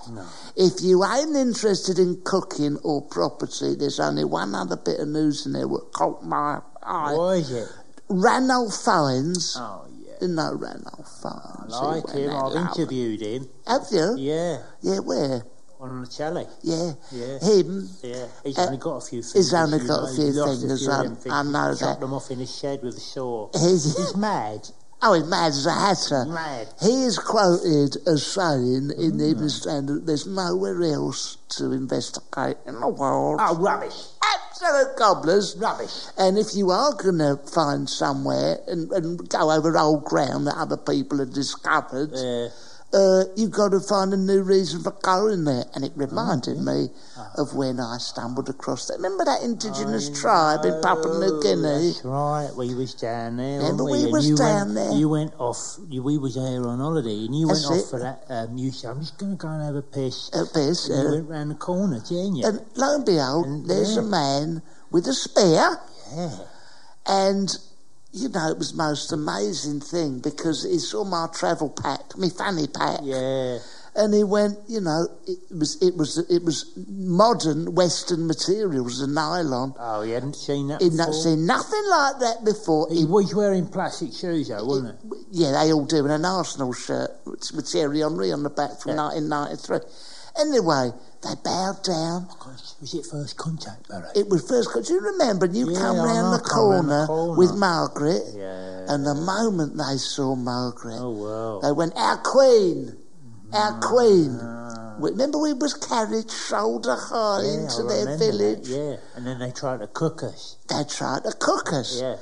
Speaker 3: if you ain't interested in cooking or property, there's only one other bit of news in there that caught my eye.
Speaker 2: What is it?
Speaker 3: Ranulph Fiennes.
Speaker 2: Oh, yeah.
Speaker 3: You know Ranulph Fiennes.
Speaker 2: I like him. I've interviewed him.
Speaker 3: Have you?
Speaker 2: Yeah,
Speaker 3: Yeah, where?
Speaker 2: on the telly.
Speaker 3: Yeah.
Speaker 2: Yeah.
Speaker 3: Him.
Speaker 2: Yeah, he's
Speaker 3: Uh,
Speaker 2: only got a few fingers.
Speaker 3: he's only
Speaker 2: you
Speaker 3: got a
Speaker 2: know,
Speaker 3: few
Speaker 2: he's lost
Speaker 3: fingers,
Speaker 2: few of
Speaker 3: I-
Speaker 2: them
Speaker 3: I know
Speaker 2: He
Speaker 3: that.
Speaker 2: chopped them off in his shed with a saw.
Speaker 3: He's-
Speaker 2: he's mad.
Speaker 3: Oh, he's mad as a hatter.
Speaker 2: Mad.
Speaker 3: He is quoted as saying in the Evening Standard, there's nowhere else to investigate in the world.
Speaker 2: Oh, rubbish.
Speaker 3: Absolute gobblers.
Speaker 2: Rubbish.
Speaker 3: And if you are going to find somewhere and, and go over old ground that other people have discovered,
Speaker 2: Yeah.
Speaker 3: uh, you've got to find a new reason for going there. And it reminded
Speaker 2: Mm-hmm.
Speaker 3: me
Speaker 2: Ah.
Speaker 3: of when I stumbled across that. Remember that indigenous tribe in Papua New Guinea?
Speaker 2: That's right. We was down there.
Speaker 3: Remember
Speaker 2: weren't
Speaker 3: we
Speaker 2: And
Speaker 3: was
Speaker 2: you
Speaker 3: down
Speaker 2: went,
Speaker 3: there?
Speaker 2: You went off. You, we was here on holiday, and you
Speaker 3: That's
Speaker 2: went
Speaker 3: it.
Speaker 2: off for that. Um, you said, "I'm just going to go and have a piss."
Speaker 3: A piss,
Speaker 2: And
Speaker 3: yeah.
Speaker 2: you went round the corner, didn't you?
Speaker 3: uh, And lo and behold,
Speaker 2: And-
Speaker 3: there's
Speaker 2: yeah.
Speaker 3: a man with a spear.
Speaker 2: yeah.
Speaker 3: And, you know, it was the most amazing thing because he saw my travel pack, my fanny pack.
Speaker 2: Yeah.
Speaker 3: And he went, you know, it was it was it was modern Western materials and nylon.
Speaker 2: Oh, you hadn't seen that.
Speaker 3: He'd
Speaker 2: before?
Speaker 3: not seen nothing like that before.
Speaker 2: He was wearing plastic shoes, though, wasn't it?
Speaker 3: Yeah, they all do in an Arsenal shirt with, with Thierry Henry on the back from
Speaker 2: Yeah.
Speaker 3: 1993. Anyway, they bowed down.
Speaker 2: Was it first contact, Barry?
Speaker 3: It was first because you remember you
Speaker 2: Yeah,
Speaker 3: come
Speaker 2: I
Speaker 3: round
Speaker 2: know,
Speaker 3: the,
Speaker 2: come round
Speaker 3: corner
Speaker 2: the
Speaker 3: with
Speaker 2: corner.
Speaker 3: Margaret,
Speaker 2: Yeah.
Speaker 3: and the moment they saw Margaret,
Speaker 2: Oh wow. Mm-hmm.
Speaker 3: They went, our queen, our queen. We- Remember we was carried shoulder high
Speaker 2: Ah. Yeah,
Speaker 3: into
Speaker 2: I
Speaker 3: their
Speaker 2: remember that,
Speaker 3: village?
Speaker 2: Yeah, and then they tried to cook us.
Speaker 3: They tried to cook us.
Speaker 2: Yeah.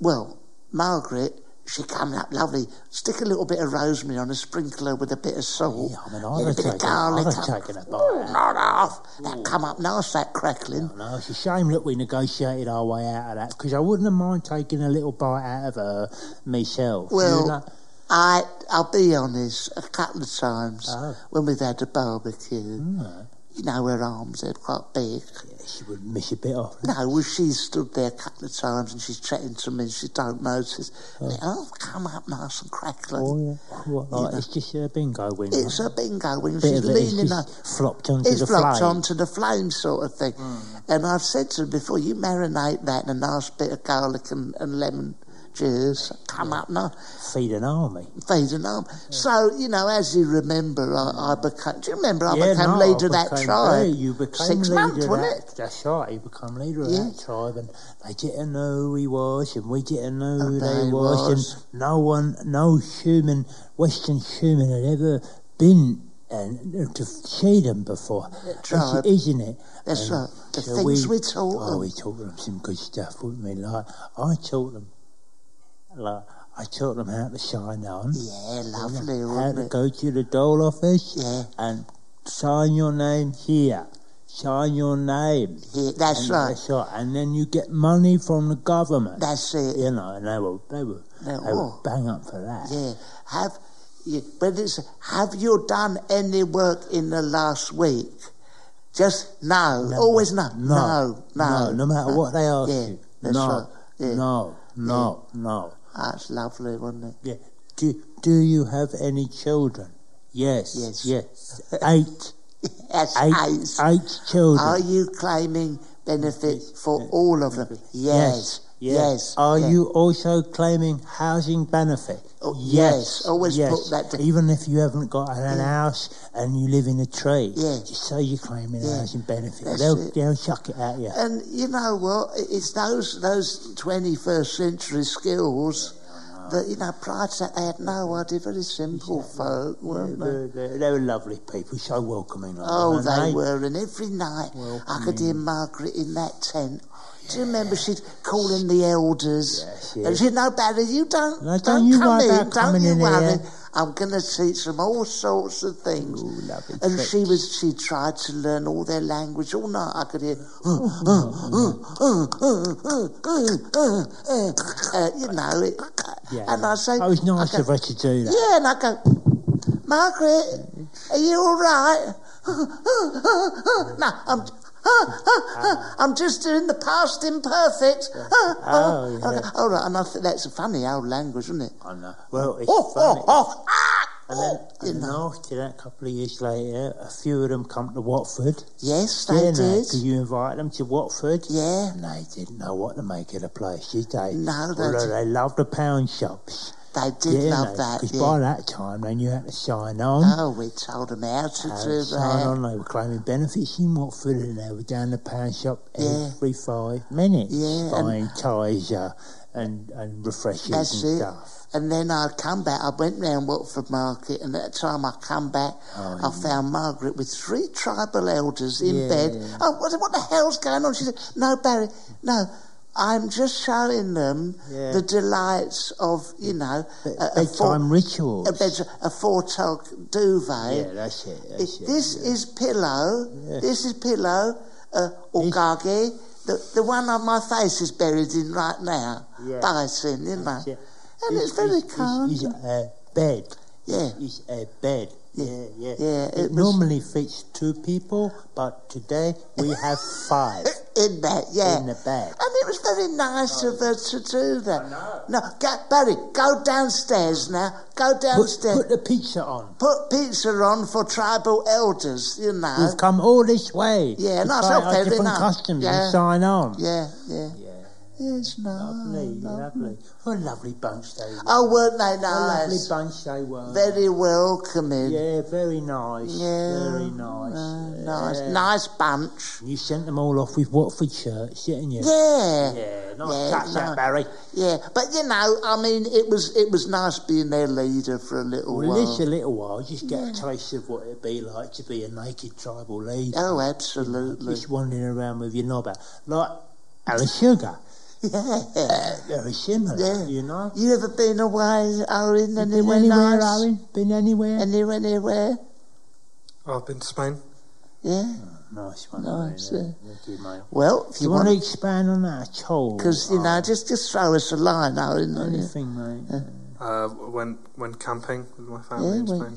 Speaker 3: Well, Margaret, she come up lovely. Stick a little bit of rosemary on a sprinkler with a bit of salt.
Speaker 2: Yeah, I mean, I'd
Speaker 3: and a
Speaker 2: have
Speaker 3: bit of
Speaker 2: taken- I'd
Speaker 3: garlic.
Speaker 2: have taken a bite
Speaker 3: Ooh,
Speaker 2: of that.
Speaker 3: Not off. That come up nice, that crackling.
Speaker 2: No, it's a shame that we negotiated our way out of that because I wouldn't have mind taking a little bite out of her myself. you
Speaker 3: Well,
Speaker 2: know.
Speaker 3: I I'll be honest, a couple of times
Speaker 2: Oh. Mm.
Speaker 3: when we've had a barbecue, you know her arms are quite big.
Speaker 2: she would miss a bit off.
Speaker 3: No, well, she's stood there a couple of times and she's chatting to me and she don't notice. And it'll come up nice and crackling.
Speaker 2: Oh, yeah. What, like, it's just a bingo win.
Speaker 3: It's
Speaker 2: right?
Speaker 3: a bingo when
Speaker 2: Bit
Speaker 3: she's
Speaker 2: of it is
Speaker 3: leaning up.
Speaker 2: just flopped onto
Speaker 3: It's
Speaker 2: the
Speaker 3: flopped
Speaker 2: flame. Mm.
Speaker 3: onto the flame sort of thing. And I've said to her before, you marinate that in a nice bit of garlic and, and lemon juice, come up now,
Speaker 2: Feed an army.
Speaker 3: feed an arm. So, you know, as you remember, I, I became, do you remember I
Speaker 2: yeah,
Speaker 3: became
Speaker 2: no, I
Speaker 3: leader of that
Speaker 2: became-
Speaker 3: tribe?
Speaker 2: yeah, you became
Speaker 3: Six
Speaker 2: leader
Speaker 3: months,
Speaker 2: of
Speaker 3: wasn't
Speaker 2: that-
Speaker 3: it?
Speaker 2: That's right. You became leader of
Speaker 3: Yeah.
Speaker 2: that tribe, and they didn't know who he was, and we didn't know who
Speaker 3: And
Speaker 2: they
Speaker 3: they
Speaker 2: was,
Speaker 3: was.
Speaker 2: and no one, no human, Western human had ever been and uh, to see them before.
Speaker 3: tribe.
Speaker 2: That's, isn't it?
Speaker 3: That's
Speaker 2: And
Speaker 3: right. The things we taught
Speaker 2: Oh,
Speaker 3: them.
Speaker 2: we taught them some good stuff, wouldn't we? Like I taught them, like I taught them how to shine on.
Speaker 3: Yeah, lovely,
Speaker 2: How
Speaker 3: wasn't
Speaker 2: to
Speaker 3: it?
Speaker 2: go to the dole office
Speaker 3: Yeah.
Speaker 2: and sign your name here. Sign your name.
Speaker 3: Yeah, that's
Speaker 2: and uh,
Speaker 3: right.
Speaker 2: That's right. And then you get money from the government.
Speaker 3: That's it.
Speaker 2: You know, and they were they were
Speaker 3: They
Speaker 2: they,
Speaker 3: were.
Speaker 2: were bang up for that.
Speaker 3: Yeah. Have you, but it's, have you done any work in the last week? Just no. Always no. No.
Speaker 2: no,
Speaker 3: No.
Speaker 2: no matter what they ask
Speaker 3: Yeah,
Speaker 2: you.
Speaker 3: that's
Speaker 2: no,
Speaker 3: right. Yeah.
Speaker 2: no, no, no.
Speaker 3: That's lovely, wasn't it?
Speaker 2: Yeah. Do do you have any children? Yes.
Speaker 3: Yes.
Speaker 2: Yes. Eight.
Speaker 3: That's
Speaker 2: Eight,
Speaker 3: ace. Oh,
Speaker 2: eight children.
Speaker 3: Are you claiming benefit for all of them? Yes. Yes.
Speaker 2: Yes.
Speaker 3: Yes.
Speaker 2: Are
Speaker 3: yeah.
Speaker 2: you also claiming housing benefit?
Speaker 3: Oh, yes. Always put that to-
Speaker 2: Even if you haven't got an house and you live in a tree,
Speaker 3: Yeah.
Speaker 2: just say you're claiming
Speaker 3: Yeah.
Speaker 2: housing benefit.
Speaker 3: That's
Speaker 2: They'll,
Speaker 3: it.
Speaker 2: they'll chuck it at you.
Speaker 3: And you know what? It's those those 21st century skills that, you know, prior to that, they had no idea. Very simple folk, weren't they?
Speaker 2: They, they- they were lovely people, so welcoming. Like,
Speaker 3: Oh,
Speaker 2: weren't
Speaker 3: they were, and every night I could hear Margaret in that tent. Do you remember she'd call in the elders?
Speaker 2: Yes,
Speaker 3: And
Speaker 2: yes.
Speaker 3: she'd no, Barry, you don't,
Speaker 2: No,
Speaker 3: don't,
Speaker 2: don't you
Speaker 3: come
Speaker 2: worry
Speaker 3: in,
Speaker 2: about
Speaker 3: don't
Speaker 2: coming
Speaker 3: you
Speaker 2: in
Speaker 3: worry.
Speaker 2: here."
Speaker 3: I'm going to teach them all sorts of things.
Speaker 2: lovely
Speaker 3: and she
Speaker 2: tricks.
Speaker 3: was, she tried to learn all their language all night. I could hear, uh, you know, it,
Speaker 2: Yeah.
Speaker 3: and I say,
Speaker 2: Oh, it's nice
Speaker 3: I go,
Speaker 2: of her to do that.
Speaker 3: yeah, and I go, Margaret, are you all right? no, I'm. I'm just doing the past imperfect.
Speaker 2: Oh, yeah.
Speaker 3: And I go, All right, and I think that's a funny old language, isn't it?
Speaker 2: I know. Well, it's
Speaker 3: Oh,
Speaker 2: funny.
Speaker 3: oh, oh, ah,
Speaker 2: And then,
Speaker 3: oh, you
Speaker 2: and then
Speaker 3: know.
Speaker 2: after that, a couple of years later, a few of them come to Watford.
Speaker 3: Yes,
Speaker 2: Yeah,
Speaker 3: they
Speaker 2: no,
Speaker 3: did.
Speaker 2: 'cause you invite them to Watford?
Speaker 3: Yeah.
Speaker 2: And they didn't know what to make of the place, did they?
Speaker 3: No, they
Speaker 2: Although
Speaker 3: didn't.
Speaker 2: they loved the pound shops.
Speaker 3: They did
Speaker 2: yeah,
Speaker 3: love that.
Speaker 2: Because
Speaker 3: yeah.
Speaker 2: by that time, they knew how to sign on.
Speaker 3: Oh, we told them how to
Speaker 2: how
Speaker 3: do
Speaker 2: to sign
Speaker 3: that.
Speaker 2: on, they were claiming benefits in Watford and they were down the pound shop
Speaker 3: Yeah.
Speaker 2: every five minutes
Speaker 3: Yeah, and-
Speaker 2: buying Tizer and, and refreshers
Speaker 3: That's
Speaker 2: and
Speaker 3: it.
Speaker 2: stuff.
Speaker 3: And then I come back. I went round Watford Market, and at the time I come back, I found Margaret with three tribal elders in
Speaker 2: Oh, Yeah.
Speaker 3: bed. Oh, what, what the hell's going on? She said, "No, Barry, no." I'm just showing them
Speaker 2: Yeah.
Speaker 3: the delights of, you know,
Speaker 2: Be-
Speaker 3: a, a, four,
Speaker 2: bedtime rituals.
Speaker 3: a, bed, a four-tog duvet.
Speaker 2: yeah, that's it.
Speaker 3: It-
Speaker 2: That's it.
Speaker 3: this is pillow.
Speaker 2: Yeah.
Speaker 3: This is pillow. Uh, Ogage. The, the one on my face is buried in right now.
Speaker 2: Yeah.
Speaker 3: Bison, you know.
Speaker 2: Yeah.
Speaker 3: And it's, very
Speaker 2: it's-
Speaker 3: calm.
Speaker 2: It's a bed.
Speaker 3: Yeah.
Speaker 2: It's a bed. Yeah, yeah.
Speaker 3: Yeah,
Speaker 2: it
Speaker 3: it was-
Speaker 2: normally fits two people, but today we have five.
Speaker 3: in that, yeah.
Speaker 2: In the bed.
Speaker 3: And it was very nice of her to do that. No, go, Barry, go downstairs now. Go
Speaker 2: Put,
Speaker 3: downstairs.
Speaker 2: put the pizza on.
Speaker 3: Put pizza on for tribal elders, you know.
Speaker 2: We've come all this way.
Speaker 3: Uh, Yeah,
Speaker 2: to
Speaker 3: no, it's
Speaker 2: try
Speaker 3: not
Speaker 2: our
Speaker 3: fair
Speaker 2: different
Speaker 3: enough.
Speaker 2: customs
Speaker 3: Yeah.
Speaker 2: and sign on.
Speaker 3: Yeah, yeah.
Speaker 2: Yeah.
Speaker 3: It's
Speaker 2: Lovely,
Speaker 3: nice.
Speaker 2: lovely. What a lovely bunch they were.
Speaker 3: Oh, weren't they
Speaker 2: What a lovely
Speaker 3: nice?
Speaker 2: bunch they were.
Speaker 3: Very welcoming.
Speaker 2: yeah, very nice. Very nice.
Speaker 3: uh,
Speaker 2: yeah.
Speaker 3: nice, nice bunch.
Speaker 2: You sent them all off with Watford shirts, didn't you?
Speaker 3: Yeah,
Speaker 2: Yeah, nice
Speaker 3: Yeah,
Speaker 2: touch that,
Speaker 3: no.
Speaker 2: Barry.
Speaker 3: yeah. But you know, I mean, it was it was nice being their leader for a little
Speaker 2: Well,
Speaker 3: while.
Speaker 2: at least a little while, just get a taste of what it'd be like to be a naked tribal leader.
Speaker 3: Oh, absolutely.
Speaker 2: Just wandering around with your knobber. Like Alan Sugar.
Speaker 3: Yeah.
Speaker 2: Very similar,
Speaker 3: Yeah.
Speaker 2: you know?
Speaker 3: You ever been away, Owen?
Speaker 2: Been
Speaker 3: Anywhere,
Speaker 2: anywhere,
Speaker 3: nice?
Speaker 2: Owen? Been anywhere?
Speaker 3: Anywhere, anywhere?
Speaker 4: Oh, I've been to Spain.
Speaker 3: Yeah.
Speaker 2: nice one.
Speaker 3: Nice,
Speaker 2: Owen, yeah. Thank you, mate.
Speaker 3: Well, if
Speaker 2: uh, Do
Speaker 3: you
Speaker 2: you want to
Speaker 3: want,
Speaker 2: expand on that at all?
Speaker 3: because you know, just just throw us a line, Owen. won't you?
Speaker 2: Anything, mate.
Speaker 4: Uh, went went camping with my family
Speaker 3: Yeah,
Speaker 4: in
Speaker 3: went-
Speaker 4: Spain.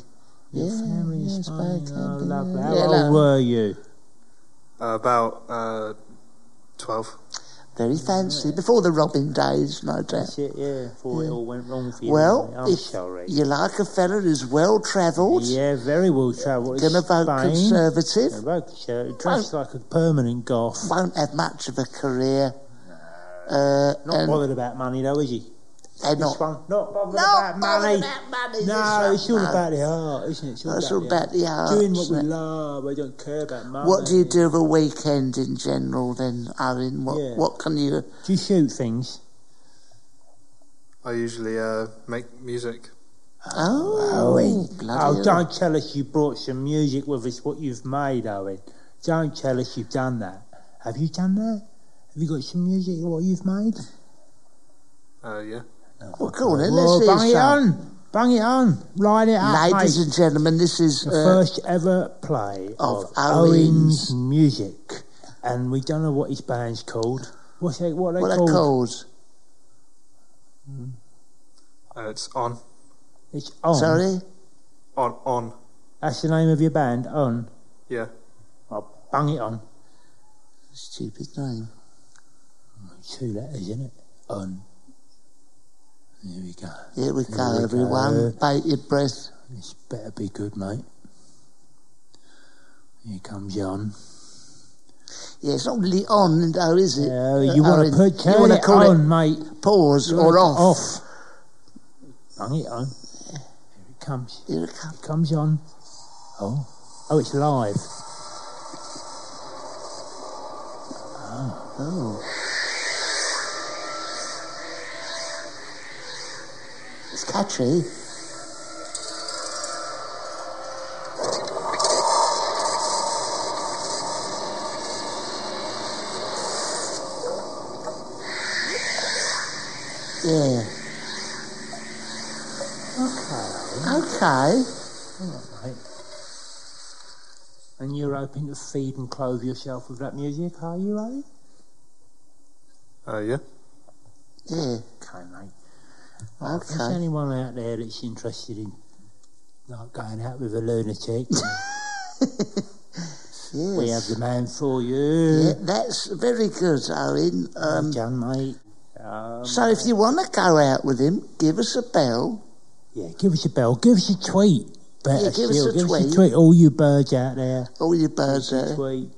Speaker 3: Yeah, yeah, it's
Speaker 2: Spain, oh,
Speaker 3: fine, camping,
Speaker 2: lovely.
Speaker 3: yeah.
Speaker 2: How
Speaker 3: Yeah,
Speaker 2: old
Speaker 3: no.
Speaker 2: were you?
Speaker 4: Uh, about uh, twelve.
Speaker 3: Very fancy. Before the Robin days, no doubt.
Speaker 2: That's it, yeah. Before it all went wrong for you.
Speaker 3: Well,
Speaker 2: mate. I'm
Speaker 3: if
Speaker 2: sorry.
Speaker 3: you like a fella who's well travelled,
Speaker 2: Yeah, very well travelled.
Speaker 3: gonna vote Conservative,
Speaker 2: Gonna vote Conservative. Dressed like a permanent goth.
Speaker 3: won't have much of a career. Uh,
Speaker 2: Not
Speaker 3: and
Speaker 2: bothered about money though, is he?
Speaker 3: they're
Speaker 2: This
Speaker 3: not.
Speaker 2: one, not bothered
Speaker 3: Not
Speaker 2: about money.
Speaker 3: bothered about money,
Speaker 2: no,
Speaker 3: this
Speaker 2: it's all
Speaker 3: one, no.
Speaker 2: about the heart, isn't it? It's all
Speaker 3: That's
Speaker 2: about,
Speaker 3: all about the heart,
Speaker 2: Doing what
Speaker 3: isn't
Speaker 2: we
Speaker 3: it?
Speaker 2: love. We don't care about money.
Speaker 3: What do you do of a weekend in general then, Owen? What,
Speaker 2: Yeah.
Speaker 3: what can you...
Speaker 2: Do you shoot things?
Speaker 4: I usually uh, make music.
Speaker 3: Oh, bloody
Speaker 2: oh,
Speaker 3: hell.
Speaker 2: don't tell us you brought some music with us. What you've made, Owen? Don't tell us you've done that. Have you done that? Have you got some music? What you've made?
Speaker 4: Uh, yeah.
Speaker 3: Well, go on then,
Speaker 2: Well,
Speaker 3: let's hear
Speaker 2: bang it
Speaker 3: some.
Speaker 2: on, bang it on, line it up,
Speaker 3: Ladies
Speaker 2: mate.
Speaker 3: and gentlemen, this is...
Speaker 2: the
Speaker 3: Uh,
Speaker 2: first ever play
Speaker 3: of
Speaker 2: of,
Speaker 3: Owen's.
Speaker 2: Owen's. music, and we don't know what his band's called. What's they, what are they
Speaker 3: what are
Speaker 2: called?
Speaker 3: calls?
Speaker 4: Uh, it's on
Speaker 2: It's on.
Speaker 3: Sorry?
Speaker 4: on on.
Speaker 2: That's the name of your band. On.
Speaker 4: Yeah.
Speaker 2: Well, bang it on.
Speaker 3: Stupid name.
Speaker 2: Two letters, isn't it? On. There we go.
Speaker 3: Here we go,
Speaker 2: we go.
Speaker 3: everyone. Bait your breath.
Speaker 2: This better be good, mate. Here comes Jan.
Speaker 3: Yeah, it's not really on though, is it?
Speaker 2: Uh, you want
Speaker 3: Owen?
Speaker 2: to put
Speaker 3: you
Speaker 2: turn
Speaker 3: want to
Speaker 2: it
Speaker 3: call
Speaker 2: on,
Speaker 3: it
Speaker 2: mate.
Speaker 3: pause
Speaker 2: You
Speaker 3: or
Speaker 2: wanna-
Speaker 3: off?
Speaker 2: Off. Bung it on. Here it comes.
Speaker 3: Here it comes.
Speaker 2: It comes on. Oh. Oh, it's live.
Speaker 3: It's catchy. Yeah. Okay. Okay.
Speaker 2: And you're hoping to feed and clothe yourself with that music, are you, eh?
Speaker 4: Uh, yeah.
Speaker 3: Yeah.
Speaker 2: Okay, mate. Right, If there's
Speaker 3: Okay.
Speaker 2: anyone out there that's interested in like going out with a lunatic,
Speaker 3: Yes.
Speaker 2: we have the man for you.
Speaker 3: yeah, that's very good, Owen. Um, uh,
Speaker 2: Done, mate. Um,
Speaker 3: so if you want to go out with him, give us a bell.
Speaker 2: yeah, give us a bell. Give us a tweet. Better
Speaker 3: Yeah, give us
Speaker 2: still,
Speaker 3: a
Speaker 2: give
Speaker 3: tweet. Uh,
Speaker 2: us a tweet. All you birds out there,
Speaker 3: All your birds out.
Speaker 2: tweet.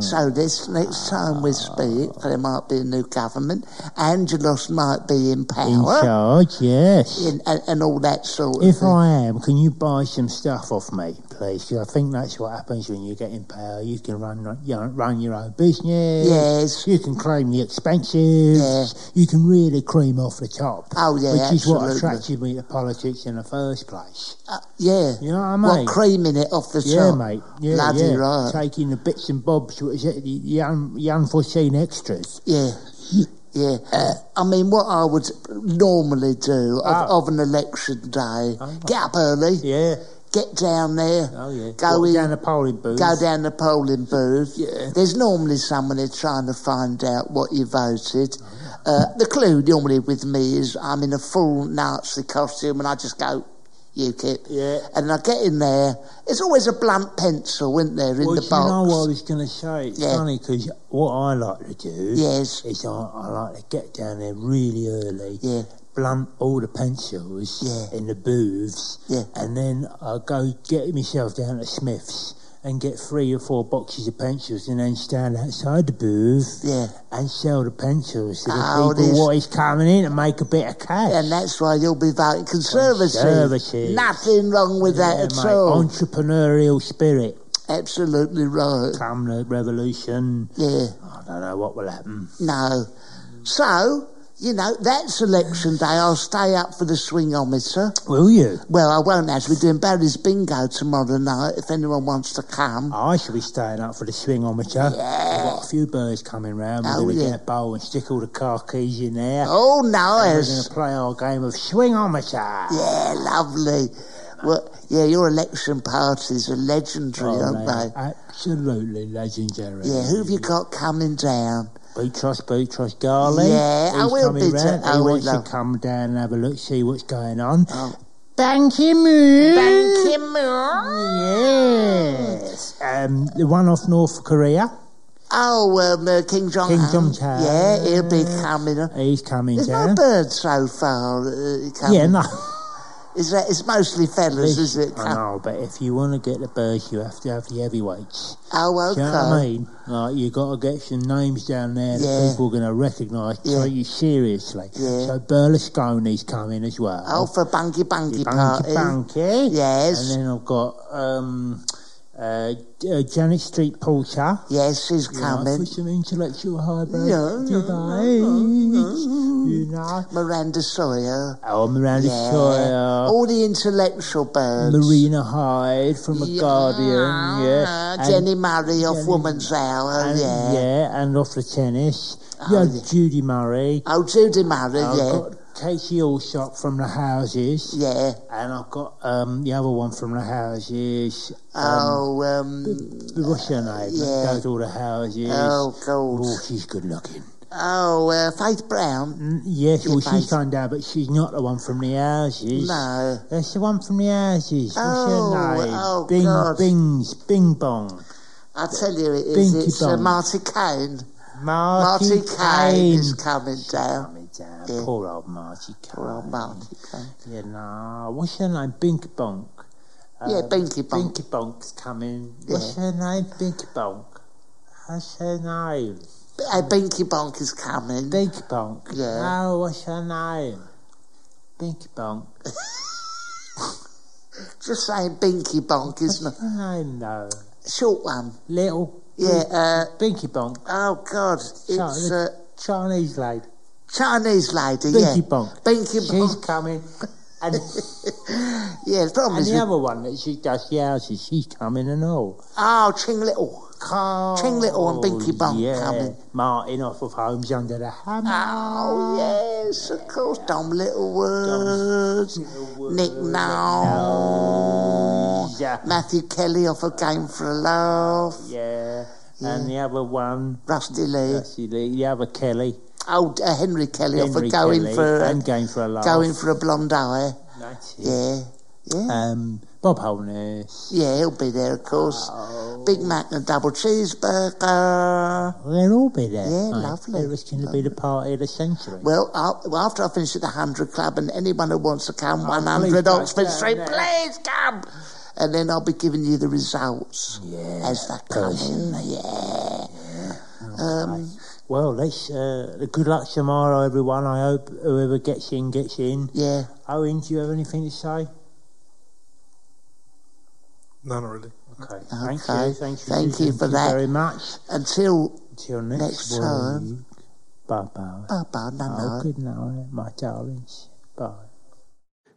Speaker 3: So this next time we speak, there might be a new government. Angelos might be in
Speaker 2: In
Speaker 3: power,
Speaker 2: charge, yes.
Speaker 3: in, and, and all that sort of
Speaker 2: If
Speaker 3: thing.
Speaker 2: I am, can you buy some stuff off me, please? 'Cause I think that's what happens when you get in power. You can run you know, run your own business.
Speaker 3: Yes.
Speaker 2: You can claim the expenses.
Speaker 3: Yeah.
Speaker 2: You can really cream off the top.
Speaker 3: Oh, yeah,
Speaker 2: Which is what
Speaker 3: absolutely.
Speaker 2: attracted me to politics in the first place.
Speaker 3: Uh, yeah.
Speaker 2: You know what I
Speaker 3: Well,
Speaker 2: mean?
Speaker 3: creaming it off the
Speaker 2: Yeah,
Speaker 3: top.
Speaker 2: mate. Yeah,
Speaker 3: Bloody
Speaker 2: yeah.
Speaker 3: right.
Speaker 2: Taking the bits and bobs, what is it? The, the, un, the unforeseen extras.
Speaker 3: Yeah. Yeah. Uh, I mean, what I would normally do of,
Speaker 2: Oh. Uh-huh.
Speaker 3: of an election day, get up early,
Speaker 2: Yeah.
Speaker 3: get down there,
Speaker 2: Oh, yeah.
Speaker 3: go
Speaker 2: Walk
Speaker 3: in,
Speaker 2: down the polling booth.
Speaker 3: go down the polling booth.
Speaker 2: Yeah.
Speaker 3: There's normally someone there trying to find out what you voted. Uh, the clue normally with me is I'm in a full Nazi costume and I just go, UKIP.
Speaker 2: Yeah.
Speaker 3: And I get in there. It's always a blunt pencil, isn't there, in
Speaker 2: well,
Speaker 3: the
Speaker 2: you
Speaker 3: box?
Speaker 2: know what I was going to say? It's
Speaker 3: Yeah.
Speaker 2: funny 'cause funny because what I like to do
Speaker 3: Yes.
Speaker 2: is I, I like to get down there really early,
Speaker 3: Yeah.
Speaker 2: blunt all the pencils
Speaker 3: Yeah.
Speaker 2: in the booths,
Speaker 3: Yeah.
Speaker 2: and then I go get myself down at Smith's and get three or four boxes of pencils and then stand outside the booth
Speaker 3: Yeah.
Speaker 2: and sell the pencils to the
Speaker 3: Oh,
Speaker 2: people
Speaker 3: this-
Speaker 2: what is coming in and make a bit of cash.
Speaker 3: And that's why you'll be voting Conservative.
Speaker 2: Conservative.
Speaker 3: Nothing wrong with
Speaker 2: Yeah,
Speaker 3: that at
Speaker 2: mate,
Speaker 3: all.
Speaker 2: Entrepreneurial spirit,
Speaker 3: Absolutely right.
Speaker 2: come the revolution.
Speaker 3: Yeah.
Speaker 2: I don't know what will happen.
Speaker 3: No. So, you know, that's election day. I'll stay up for the swingometer.
Speaker 2: Will you?
Speaker 3: Well, I won't actually. We're doing Barry's bingo tomorrow night if anyone wants to come.
Speaker 2: Oh, I should be staying up for the swing on my chat. I've got a few birds coming round. We're
Speaker 3: Oh,
Speaker 2: going to
Speaker 3: yeah.
Speaker 2: get a bowl and stick all the car keys in there.
Speaker 3: Oh,
Speaker 2: and We're going
Speaker 3: nice.
Speaker 2: to play our game of swing on my chat.
Speaker 3: Yeah, lovely. Well, yeah, your election parties are legendary, aren't they?
Speaker 2: Oh, Absolutely legendary.
Speaker 3: Yeah, who have you got coming down?
Speaker 2: Beatrice, Beatrice, darling.
Speaker 3: Yeah, I
Speaker 2: He's
Speaker 3: will
Speaker 2: coming
Speaker 3: be ta-
Speaker 2: round.
Speaker 3: I
Speaker 2: He
Speaker 3: will
Speaker 2: wants to
Speaker 3: love-
Speaker 2: come down and have a look, see what's going on.
Speaker 3: Oh.
Speaker 2: Ban Ki-moon.
Speaker 3: Ban Ki-moon.
Speaker 2: Yes. Um, the one off North Korea.
Speaker 3: Oh, um, uh, King Jong.
Speaker 2: King Jong-un.
Speaker 3: Yeah, he'll be coming. up.
Speaker 2: He's coming
Speaker 3: There's
Speaker 2: down.
Speaker 3: no birds so far. Uh, coming.
Speaker 2: yeah, no.
Speaker 3: Is that, it's mostly fellas, is it?
Speaker 2: I know, but if you want to get the birds, you have to have the heavyweights.
Speaker 3: Oh,
Speaker 2: Do you know what I
Speaker 3: okay.
Speaker 2: mean? Like, you got to get some names down there that
Speaker 3: Yeah.
Speaker 2: people are going to recognise,
Speaker 3: Yeah.
Speaker 2: take you seriously.
Speaker 3: Yeah.
Speaker 2: So Berlusconi's coming as well.
Speaker 3: Oh, for Bunky Bunky Party.
Speaker 2: Bunky Bunky.
Speaker 3: Yes.
Speaker 2: And then I've got um, uh, uh, Janet Street Porter.
Speaker 3: Yes, he's
Speaker 2: you know,
Speaker 3: coming.
Speaker 2: for some intellectual highbrow
Speaker 3: No, no,
Speaker 2: debates,
Speaker 3: no, no,
Speaker 2: you know.
Speaker 3: Miranda Sawyer.
Speaker 2: Oh, Miranda oh,
Speaker 3: Yeah.
Speaker 2: Sawyer.
Speaker 3: All the intellectual birds.
Speaker 2: Marina Hyde from The Guardian, yeah. And-
Speaker 3: Ah, Jenny Murray off
Speaker 2: Jenny-
Speaker 3: Woman's Hour,
Speaker 2: and,
Speaker 3: yeah.
Speaker 2: and off the tennis.
Speaker 3: Oh,
Speaker 2: You had
Speaker 3: yeah.
Speaker 2: Judy Murray.
Speaker 3: Oh, Judy Murray,
Speaker 2: I've
Speaker 3: yeah.
Speaker 2: got Katie Allsop from the Houses.
Speaker 3: Yeah.
Speaker 2: And I've got um, the other one from the Houses.
Speaker 3: oh, um,
Speaker 2: What's her name?
Speaker 3: yeah.
Speaker 2: That does all the houses.
Speaker 3: oh,
Speaker 2: Oh,
Speaker 3: God.
Speaker 2: she's good looking.
Speaker 3: Oh, uh, Faith Brown.
Speaker 2: Mm, Yes,
Speaker 3: Yeah,
Speaker 2: well, she's
Speaker 3: thanks.
Speaker 2: gone down, but she's not the one from the houses.
Speaker 3: No.
Speaker 2: That's the one from the houses. What's
Speaker 3: Oh,
Speaker 2: her name?
Speaker 3: oh,
Speaker 2: Bing,
Speaker 3: God.
Speaker 2: Bings, Bing Bong.
Speaker 3: I tell you, it is.
Speaker 2: Binky
Speaker 3: It's uh,
Speaker 2: Bong.
Speaker 3: Marty Kane.
Speaker 2: Marty,
Speaker 3: Marty Kane is
Speaker 2: Kane.
Speaker 3: coming down.
Speaker 2: Coming down.
Speaker 3: Yeah.
Speaker 2: Poor old Marty Kane.
Speaker 3: Poor old Marty Kane.
Speaker 2: You know, what's her name? Bink Bonk.
Speaker 3: Yeah, Binky Bonk.
Speaker 2: Um, Binky Bonk's coming.
Speaker 3: Yeah.
Speaker 2: What's her name? Binky Bonk. What's her name?
Speaker 3: Uh, Binky Bonk is coming.
Speaker 2: Binky Bonk.
Speaker 3: Yeah.
Speaker 2: No, what's her name? Binky Bonk.
Speaker 3: Just saying Binky Bonk is not.
Speaker 2: What's her name though?
Speaker 3: Short one.
Speaker 2: Little
Speaker 3: Yeah, uh,
Speaker 2: Binky Bonk.
Speaker 3: oh God. It's
Speaker 2: Chinese,
Speaker 3: uh,
Speaker 2: Chinese lady.
Speaker 3: Chinese lady, yeah.
Speaker 2: Binky Bonk.
Speaker 3: Binky
Speaker 2: She's
Speaker 3: Bonk.
Speaker 2: coming. And,
Speaker 3: Yeah, the problem
Speaker 2: and
Speaker 3: is.
Speaker 2: the
Speaker 3: with-
Speaker 2: other one that she does the houses, she's coming and all.
Speaker 3: Oh, Ching Little.
Speaker 2: Carl.
Speaker 3: Ching Little and Binky Bonk
Speaker 2: Oh, yeah.
Speaker 3: coming.
Speaker 2: Martin off of Homes Under the Hammer.
Speaker 3: Oh, yes, of course. Dom Littlewood. Nick Now.
Speaker 2: Yeah.
Speaker 3: Matthew Kelly off a game for a laugh.
Speaker 2: Yeah. And the other one,
Speaker 3: Rusty Lee.
Speaker 2: actually, the, the other Kelly,
Speaker 3: Oh, uh, Henry Kelly off
Speaker 2: Henry
Speaker 3: a going
Speaker 2: Kelly,
Speaker 3: for a,
Speaker 2: and going for a laugh.
Speaker 3: going for a blonde eye.
Speaker 2: That's it.
Speaker 3: Yeah. Yeah.
Speaker 2: Um, Bob Holness.
Speaker 3: yeah, he'll be there, of course.
Speaker 2: Oh.
Speaker 3: Big Mac and a double cheeseburger.
Speaker 2: They'll all be there.
Speaker 3: Yeah,
Speaker 2: aren't they?
Speaker 3: lovely.
Speaker 2: It was going to be the party of the century.
Speaker 3: Well, I'll, well, after I finish at the 100 Club, and anyone who wants to come,
Speaker 2: Oh, please
Speaker 3: 100
Speaker 2: don't
Speaker 3: Oxford
Speaker 2: go
Speaker 3: Street,
Speaker 2: there.
Speaker 3: please come. And then I'll be giving you the results as they come in. Yeah. Um,
Speaker 2: Well, let's. Uh, good luck tomorrow, everyone. I hope whoever gets in gets in.
Speaker 3: yeah.
Speaker 2: Owen, do you have anything to say?
Speaker 4: No, not really.
Speaker 2: Okay. Thank
Speaker 3: Okay.
Speaker 2: you. Thank you.
Speaker 3: Thank you for that.
Speaker 2: Very much.
Speaker 3: Until
Speaker 2: Till next,
Speaker 3: Next
Speaker 2: week.
Speaker 3: time.
Speaker 2: Bye bye.
Speaker 3: Baba
Speaker 2: Oh,
Speaker 3: Nana.
Speaker 2: good night, my darlings. Bye.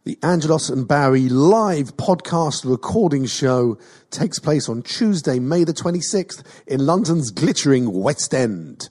Speaker 1: The Angelos and Barry live podcast recording show takes place on Tuesday, May the 26th in London's glittering West End.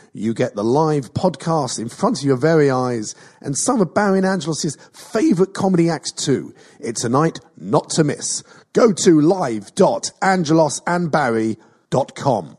Speaker 1: You get the live podcast in front of your very eyes and some of Barry and Angelos' favorite comedy acts too. It's a night not to miss. Go to live.angelosandbarry.com.